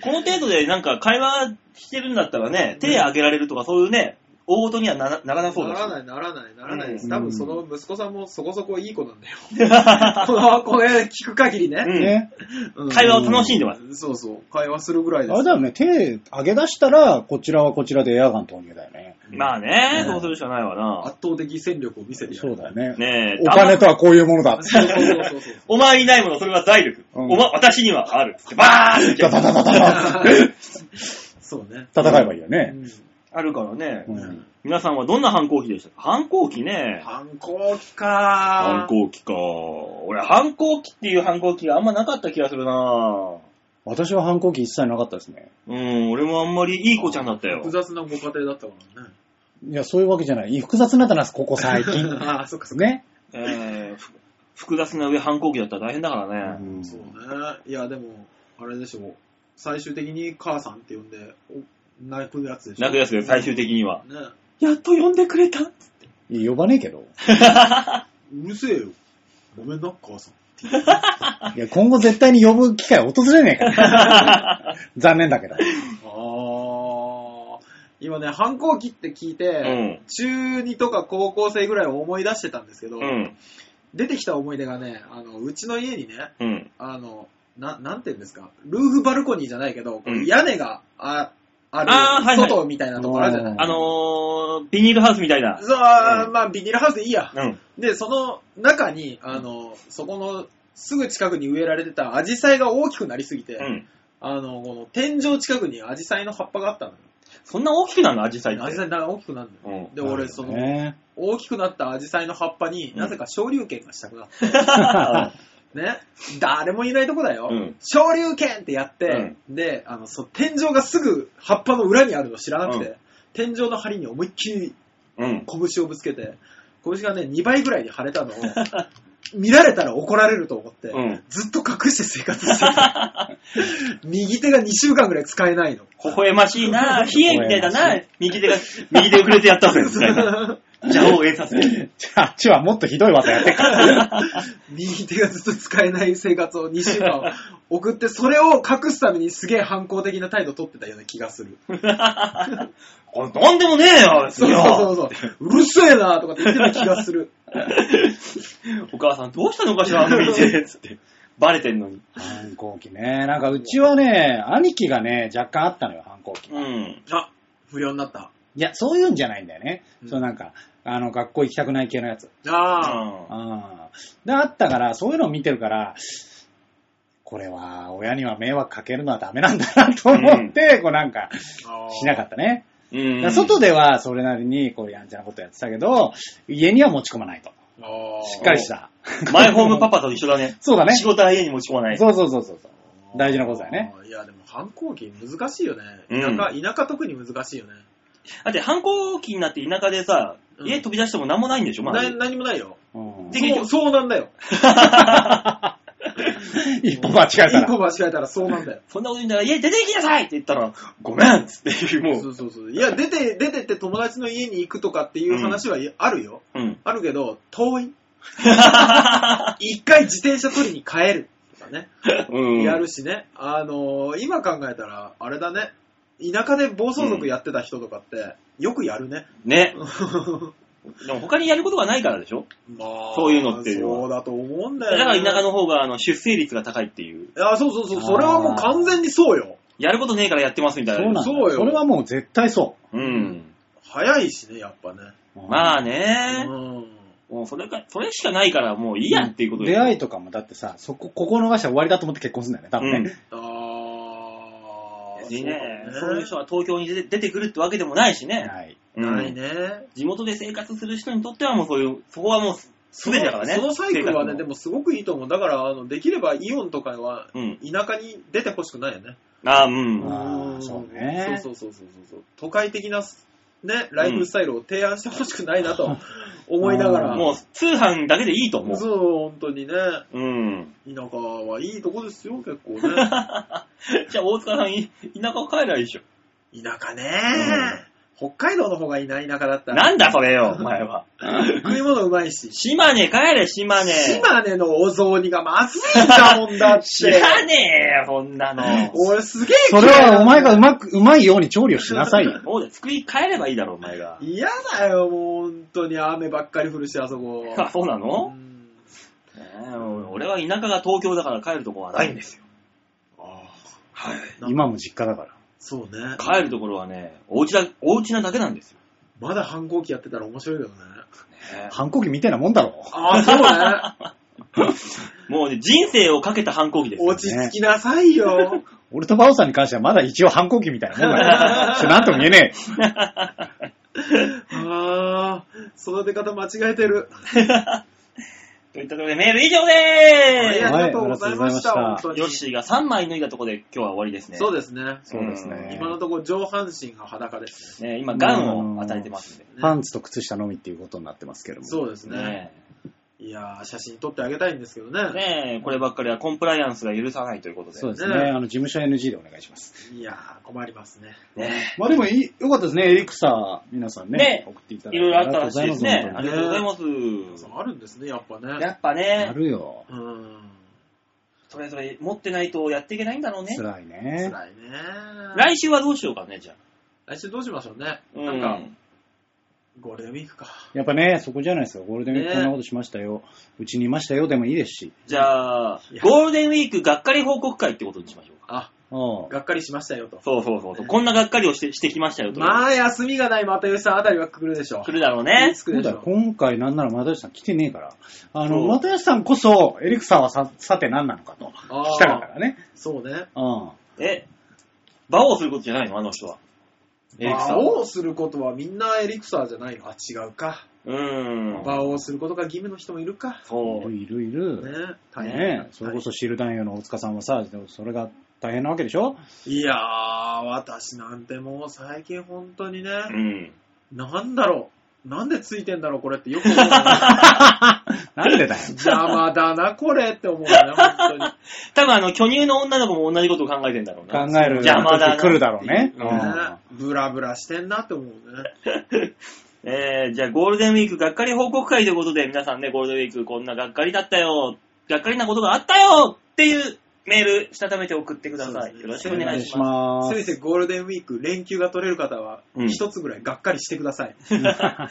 S2: え。この程度でなんか会話してるんだったらね、手挙げられるとかそういうね、大事にはなならな そう
S3: な
S2: だし
S3: らない、ならない、ならないです。
S1: うん
S3: 多分その息子さんもそこそこいい子なんだよ。
S2: う
S3: この、この聞く限り ね。
S2: ん
S1: ね。
S3: うん
S2: 会話を楽しんでます。
S3: そうそう、会話するぐらいです。
S1: あれだよね、手上げ出したら、こちらはこちらでエアガン投入だよね。
S2: まあね、
S1: うん
S2: そうするしかないわな。
S3: 圧倒的戦力を見せてや
S1: そう
S3: る。
S1: だよね。
S2: ねえ、
S1: お金とはこういうものだ。
S3: そうそうそうそう。
S2: お前にないもの、それは財力。
S1: うん
S2: おま、私にはある。つってバーンって言
S1: ダ
S2: っちゃ
S1: ダ
S2: う
S1: ダダダ
S3: そうね。
S1: 戦えばいいよね。
S3: う
S2: あるからね。
S1: うん
S3: ん
S2: 皆さんはどんな反抗期でしたか反抗期ね。
S3: 反抗期
S2: 反
S3: か
S2: 抗期か。俺、反抗期っていう反抗期があんまなかった気がするな
S1: 私は反抗期一切なかったですね。
S2: うん、俺もあんまりいい子ちゃんだったよ
S3: 複。雑なご家庭だったからね。
S1: いや、そういうわけじゃない。複雑になったな、ここ最近。
S3: ああ、そっかそっか。
S1: ね。
S2: えー、ふ複雑な上反抗期だったら大変だか
S1: う
S2: らね。
S1: ん
S3: そうね。いや、でも、あれでしょ。最終的に母さんって呼んで、お泣くやつでしょ。
S2: 泣くやつで最終的には。
S3: ね。
S2: やっと呼んでくれた
S1: いや呼ばねえけど。
S3: うるせえよ。ごめんな、母さん。
S1: いや、今後絶対に呼ぶ機会訪れねえから。 残念だけど。
S3: ああ。今ね、反抗期って聞いて、
S2: うん
S3: 中2とか高校生ぐらいを思い出してたんですけど、
S2: うん、
S3: 出てきた思い出がね、あの、うちの家にね、
S2: うん、
S3: あの、な、なんて言うんですか、ルーフバルコニーじゃないけど、こ
S2: う
S3: うん屋根があある、
S2: あーはいはい
S3: 外みたいなとこあるじゃない。
S2: あのー、ビニールハウスみたいな。
S3: そう、あー
S2: うん
S3: まあ、ビニールハウスでいいや。
S2: うん。
S3: で、その中に、あの、そこの、すぐ近くに植えられてたアジサイが大きくなりすぎて、
S2: うん。
S3: あの、この天井近くにアジサイの葉っぱがあったのよ。
S2: そんな大きくなるのアジサイって。
S3: アジサイが大きくなるのよ。
S2: うん
S3: で、俺、その、
S1: ね
S3: 大きくなったアジサイの葉っぱに、
S2: うん
S3: なぜか昇竜拳がしたくなっ
S2: うん
S3: た。ね。誰もいないとこだよ。
S2: うん
S3: 昇竜拳ってやって、で、あの、そう、天井がすぐ葉っぱの裏にあるの知らなく
S2: う
S3: て、
S2: ん
S3: 天井の梁に思いっきり
S2: うん。
S3: 拳をぶつけて、拳がね、2倍ぐらいに腫れたのを、 見られたら怒られると思って、
S2: うん
S3: ずっと隠して生活してた。 右手が2週間ぐらい使えないの。
S2: 微笑ましいな冷えみたいだな右手が、右手をくれてやった ぜ、みたいな。邪王演させ て。
S1: じゃあ、あっちはもっとひどい技やってっから。
S3: 右手がずっと使えない生活を2週間送って、それを隠すためにすげえ反抗的な態度を取ってたような気がする。
S2: これなんでもねえよ、
S3: そうそうそうそう。うるせえなとかって言ってた気がす る。
S2: お母さんどうしたのかしら、あの見て、 つって。バレてんのに。
S1: 反抗期ね。なんかうちはね、兄貴がね、若干あったのよ、反抗期。
S2: うん。
S3: あ、不良になった。
S1: いや、そういうんじゃないんだよね。
S3: うん
S1: そうなんか、あの、学校行きたくない系のやつ。
S3: ああ。
S2: あ
S1: あで、あったから、そういうのを見てるから、これは、親には迷惑かけるのはダメなんだなと思って、こうなんか、しなか
S3: っ
S1: ったね。だか
S2: う
S1: ら
S2: ん。
S1: 外ではそれなりに、こう、やんちゃなことやってたけど、家には持ち込まないと。
S3: た。ああ。
S1: しっかりした。
S2: マイホームパパと一緒だね。
S1: そうだね。
S2: 仕事は家に持ち込まない。
S1: そうそうそうそうそう。大事なことだよね。
S3: あー。いや、でも反抗期難しいよね。
S2: う
S3: 田
S2: ん
S3: 舎、田舎特に難しいよね。
S2: だって反抗期になって田舎でさ、
S3: うん
S2: 家飛び出しても何もないんでしょ、まだ
S3: な。何もないよ。
S1: うん
S2: できる
S3: そうそうなんだよ。
S1: 一歩間違えた
S3: 一
S1: ら
S3: 個。間違えたらそうなんだよ。
S2: そんなこと言うんだから、家出て行きなさいって言ったら、ごめんっつって、も、
S3: そううそうそう。いや、出て、出てって友達の家に行くとかっていう話はあるよ。
S2: うん。
S3: あるけど、遠い。一回自転車取りに帰るとかね。
S2: うん。
S3: やるしね。あのー今考えたら、あれだね。田舎で暴走族やってた人とかって、よくやる ね。
S2: ね。でも他にやることがないからでしょ
S3: まあ、
S2: そういうのっていうのは
S3: そうだと思うんだ
S2: だ
S3: よ、ね。
S2: から田舎の方があの出生率が高いっていう。
S3: いや、そうそうそう、それはもう完全にそうよ。
S2: やることねえからやってますみたい
S1: そうなん
S2: な。
S1: だ。
S3: そうよ
S1: それはもう絶対そ
S2: うん。
S3: 早いしね、やっぱね。
S1: う。
S2: まあ
S3: う
S2: ね。
S3: ん。
S2: もうそれか、それしかないからもういいやっていうことで。
S1: 出会いとかもだってさ、そこ、ここ逃したら終わりだと思って結婚するんだよね、多
S2: う
S1: 分
S2: ん
S1: ね。。
S3: あー。
S2: 別にね、
S3: そ
S2: そうう
S3: だ
S2: いう人は東京に出て出てくるってわけでもないしね。
S1: はい。
S2: うん
S3: ないね。
S2: 地元で生活する人にとってはもうそういう、そこはもうすべてだからね。
S3: そのサイクルはね、で
S2: も。
S3: もすごくいいと思う。だから、あの、できればイオンとかは、
S2: うん。
S3: 田舎に出てほしくないよね。
S2: あうん。
S1: あーそうね
S3: そうそうそうそうそう。都会的な、ね、ライフスタイルを提案してほしくないなと思いながら。
S2: もう通販だけでいいと思う。
S3: そう、本当にね。
S2: うん。
S3: 田舎はいいとこですよ、結構 ね。
S2: じゃあ大塚さん、い田舎帰らいいでしょ。
S3: 田舎ね、北海道の方がいいな、田舎だったら。
S2: なんだそれよ、お前は。
S3: 食い物うまいし。
S2: 島根帰れ、島根。
S3: 島根のお雑煮がまずいんだもんだっ
S2: 知
S3: て。
S2: らねえよ、そんなの。
S3: 俺すげえ
S1: そ
S3: 嫌い
S1: れ
S3: なの
S1: はお前がうまく、うまいように調理をしなさいよ。
S2: そうだよ、作り変えればいいだろ、お前が。
S3: 嫌だよ、もう本当に雨ばっかり降るし、あそこ。
S2: あ、そうな
S3: う
S2: の、
S3: ん
S2: ねえ俺は田舎が東京だから帰るとこはないんですよ。
S3: あー
S2: はい。
S1: 今も実家だから。
S3: そうね。
S2: 帰るところはね、お家だ、お家なだけなんですよ。
S3: まだ反抗期やってたら面白いけどね。
S2: ね
S1: 反抗期みたいなもんだろ。
S3: ああ、
S2: えもうね、人生をかけた反抗期です
S3: そうね。
S2: よ。
S3: 落ち着きなさいよ。
S1: 俺とバオさんに関してはまだ一応反抗期みたいなもんだ よ。それなんとも言えね
S3: ああ、育て方間違えてる。
S2: といったところでメール以上でー
S1: はい
S3: ありがとうございました。
S1: はいありが
S3: 本
S1: と
S2: す
S3: 当に。
S2: ヨッシーが3枚脱いだところで今日は終わりですね。
S3: そうですね
S1: え。。そうですね
S3: 今。のところ上半身が裸ですね。
S2: ね今、ガンを与えてますんで。
S1: パンツと靴下のみっていうことになってますけども。
S3: そうですね。
S2: ね
S3: いやー、写真撮ってあげたいんですけど
S2: え
S3: ね。
S2: ねえこればっかりはコンプライアンスが許さないということで。
S1: そうですね。
S3: ね
S1: あの、事務所 NG でお願いします。
S3: いやー、困りますね。
S2: ね
S1: まあでもいい、よかったですね。エリクサー、皆さんね
S2: ね。
S1: 送っていただい
S2: え
S1: て。
S2: いろいろあったらしいですね。あ
S1: あ
S2: り
S1: りがとうございます本
S3: り
S2: が
S3: が
S2: とう
S3: とう
S2: ご
S3: ご
S2: ざいま
S3: ざい
S2: す。
S3: あるんですね、やっぱ
S2: や
S3: ね。
S2: っぱ
S1: 当にあ
S2: ね、
S1: るよ。
S3: うーん。
S2: それぞれ持ってないとやっていけないんだろうね。
S1: 辛いね。
S3: 辛いね。
S2: 来週はどうしようかね、じゃあ。
S3: 来週どうしましょうね。
S2: うん
S3: なんか、ゴールデンウィークか。
S1: やっぱね、そこじゃないですか。ゴールデンウィーク
S3: ね
S1: こんなことしましたよ。うちにいましたよでもいいですし。
S2: じゃあ
S3: い、や
S2: ゴールデンウィークがっかり報告会ってことにしましょうか。
S3: あ、
S1: うん
S3: がっかりしましたよと。
S2: そうそうそうそう。こんながっかりをしてしてきましたよと。
S3: まあ、休みがない又吉さんあたりは来るでしょう。
S2: 来るだろう
S3: ね
S2: ね。
S3: つく
S1: そう
S3: でし
S1: だ
S3: ょ
S1: よ
S3: う。
S1: 今回なんなら又吉さん来てねえから。あ
S2: そ
S1: の、
S2: う
S1: 又吉さんこそ、エリクサーはさ、さて何なのかと。
S3: あー
S1: 聞きたかったからね。
S3: そうね。
S1: うん。
S2: え、馬王することじゃないのあの人は。エリクサ
S3: 馬
S2: ーは
S3: 王することはみんなエリクサーじゃないのあ、違うか。
S2: うーん。
S3: 馬王することが義務の人もいるか。
S2: そ。
S1: いうるいるい
S3: ね
S1: る。
S3: 大変。
S1: ねえ、それこそシール男優の大塚さんはさ、でもそれが大変なわけでしょ
S3: いやー、私なんてもう最近本当にね、
S2: うん。
S3: なんだろう。なんでついてんだろう、これってよく 思う、ね。
S1: なんでだよ。
S3: 邪魔だな、これって思うね、本当に。
S2: 多分あの、巨乳の女の子も同じことを考えてんだろうな。
S1: 考える
S2: 邪魔だな
S1: 時来るだろうね。
S2: うん
S3: ねブラブラしてんなって思うね。
S2: えー、じゃあゴールデンウィークがっかり報告会ということで、皆さんね、ゴールデンウィークこんながっかりだったよ、がっかりなことがあったよっていうメール、したためて送ってください。
S3: そうですね
S2: よろし
S1: う
S2: くお
S1: んお
S2: 願
S1: 願
S2: い
S1: い
S2: し
S1: し
S2: ます。
S1: ま
S3: せめ
S1: す。
S3: てゴールデンウィーク、連休が取れる方は
S2: うん、
S3: 一つぐらいがっかりしてください。
S2: 取れなか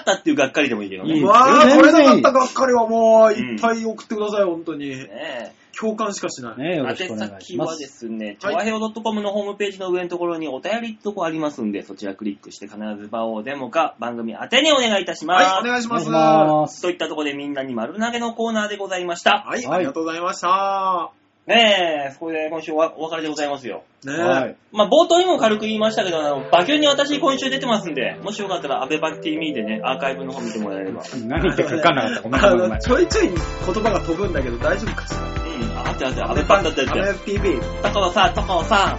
S2: ったっていうがっかりでもいいけどね。
S1: いい
S3: うん
S2: ね
S3: わー、
S1: 全
S3: 取れ
S1: 然
S3: ない
S1: い
S3: かったがっかりはもう、いっぱい送ってください、本当に。
S2: え
S3: 共感しかしない。
S1: ねよろしくお
S2: 宛
S1: 願いし
S2: 先
S1: ま。
S2: はですすね、ちょ
S3: はい
S2: わへお .com のホームページの上のところにお便りってとこありますんで、そちらクリックして必ず場をデモか番組宛てにお願いいたします。
S3: はい、お願いし
S1: お願
S3: ま
S1: い
S3: す。
S1: し
S3: は
S1: ます
S2: といったところでみんなに丸投げのコーナーでございました。
S3: い、ありがとうございました。
S2: ねえ、そこで今週おお別れでございますよ。
S3: ね
S1: はい。
S2: まあ、冒頭にも軽く言いましたけど、あの、バキュンに私今週出てますんで、もしよかったら、アベバッティミーでね、アーカイブの方見てもらえれば。
S1: 何言ってるか分かんなかった。ごめん
S3: あ
S1: ごめんごめ
S3: の
S1: ん。
S3: ちょいちょい言葉が飛ぶんだけど大丈夫かしら
S2: うん、あ、あってあって、アベパンだったりっ
S3: ア
S2: て、
S3: メ TV。
S2: 高尾さん、高尾さ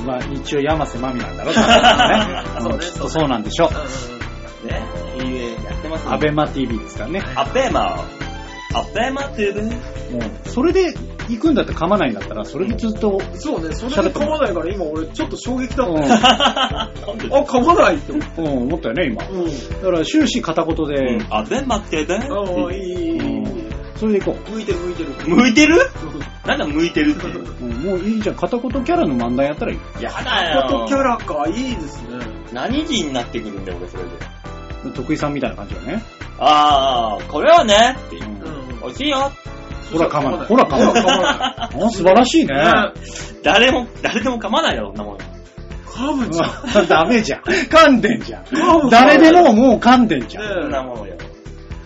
S2: ん。
S1: うまあ、一応山瀬まみなんだ ろ、多分
S3: そう
S1: ね。
S3: ね
S1: きっとそうなんでしょう。
S2: ね、いいやってます
S1: アベマ TV ですからね。
S2: アベマ。アベマっていうね。
S1: もう、それで行くんだって噛まないんだったら、それでずっと、
S3: うんそうね、それで噛まないから今俺ちょっと衝撃だ
S1: う
S3: った。
S1: ん
S3: あ、噛まないって思っ
S1: うん、思ったよね、今。
S3: た。
S1: だ
S3: うん。
S1: から終始片言で、
S2: アベマってね。
S3: ああ、いい、いい、いい。
S1: それで行こ
S3: 向いてる向いてる。
S2: 向いてるなんだ向いてるっていう。
S1: う。うんもういいじゃん、片言キャラの漫談やったらいい。
S2: やだ
S3: コトキャ
S2: よ。
S3: ラか、いいですね。
S2: 何人になってくるんだよ、俺それで。
S1: 徳井さんみたいな感じだね。
S2: あー、これはね、っていうう。
S1: ん
S2: 美味しいよ。
S1: ほら噛まないほら噛
S3: ほ
S1: まない
S3: ら
S1: あ素晴らしいね。
S3: 噛まない。ね
S2: 誰も、誰でも噛まないだろ、こんなもん。
S3: 噛むじゃん。
S1: ダメじゃん。噛んでんじゃん
S3: 噛。む
S1: 誰でももう噛んでんじゃん。
S2: こん
S3: ね
S2: なものよ。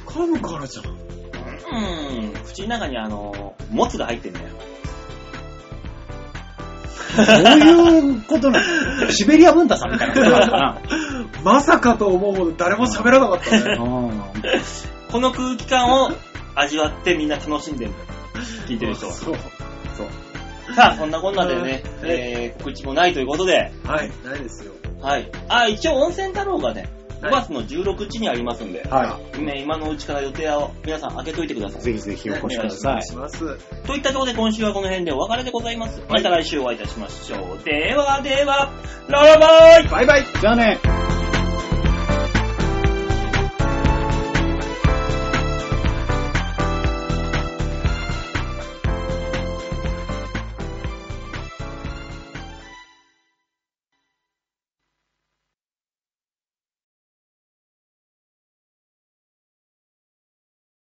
S3: 噛むからじゃん。
S2: うん、口の中にあの、もつが入ってんだよ。
S1: そういうことなの。シベリア文太さんみたいなことなのかな。
S3: まさかと思うほど誰も喋らなかったね。
S1: う
S2: この空気感 を味わってみんな楽しんでる。聞いてる 人は。
S3: そう。
S2: さあ、そんなこんなで ね、
S3: うん
S2: えー、告知もないということで、
S3: はい、ないですよ。
S2: はい。あ、一応温泉太郎がね、5
S3: はい
S2: 月の16日にありますんで、
S1: は
S2: ね、今のうちから予定を皆さん開けといてくださ
S1: い。
S2: い。
S1: ぜひぜひお越しくだ
S3: お
S1: さ
S3: 願
S1: い
S3: い。します。
S2: といったところで今週はこの辺でお別れでございます。また来週お会いいたしましょう。ではでは、ララバイ
S3: バイバイ
S1: じゃあね。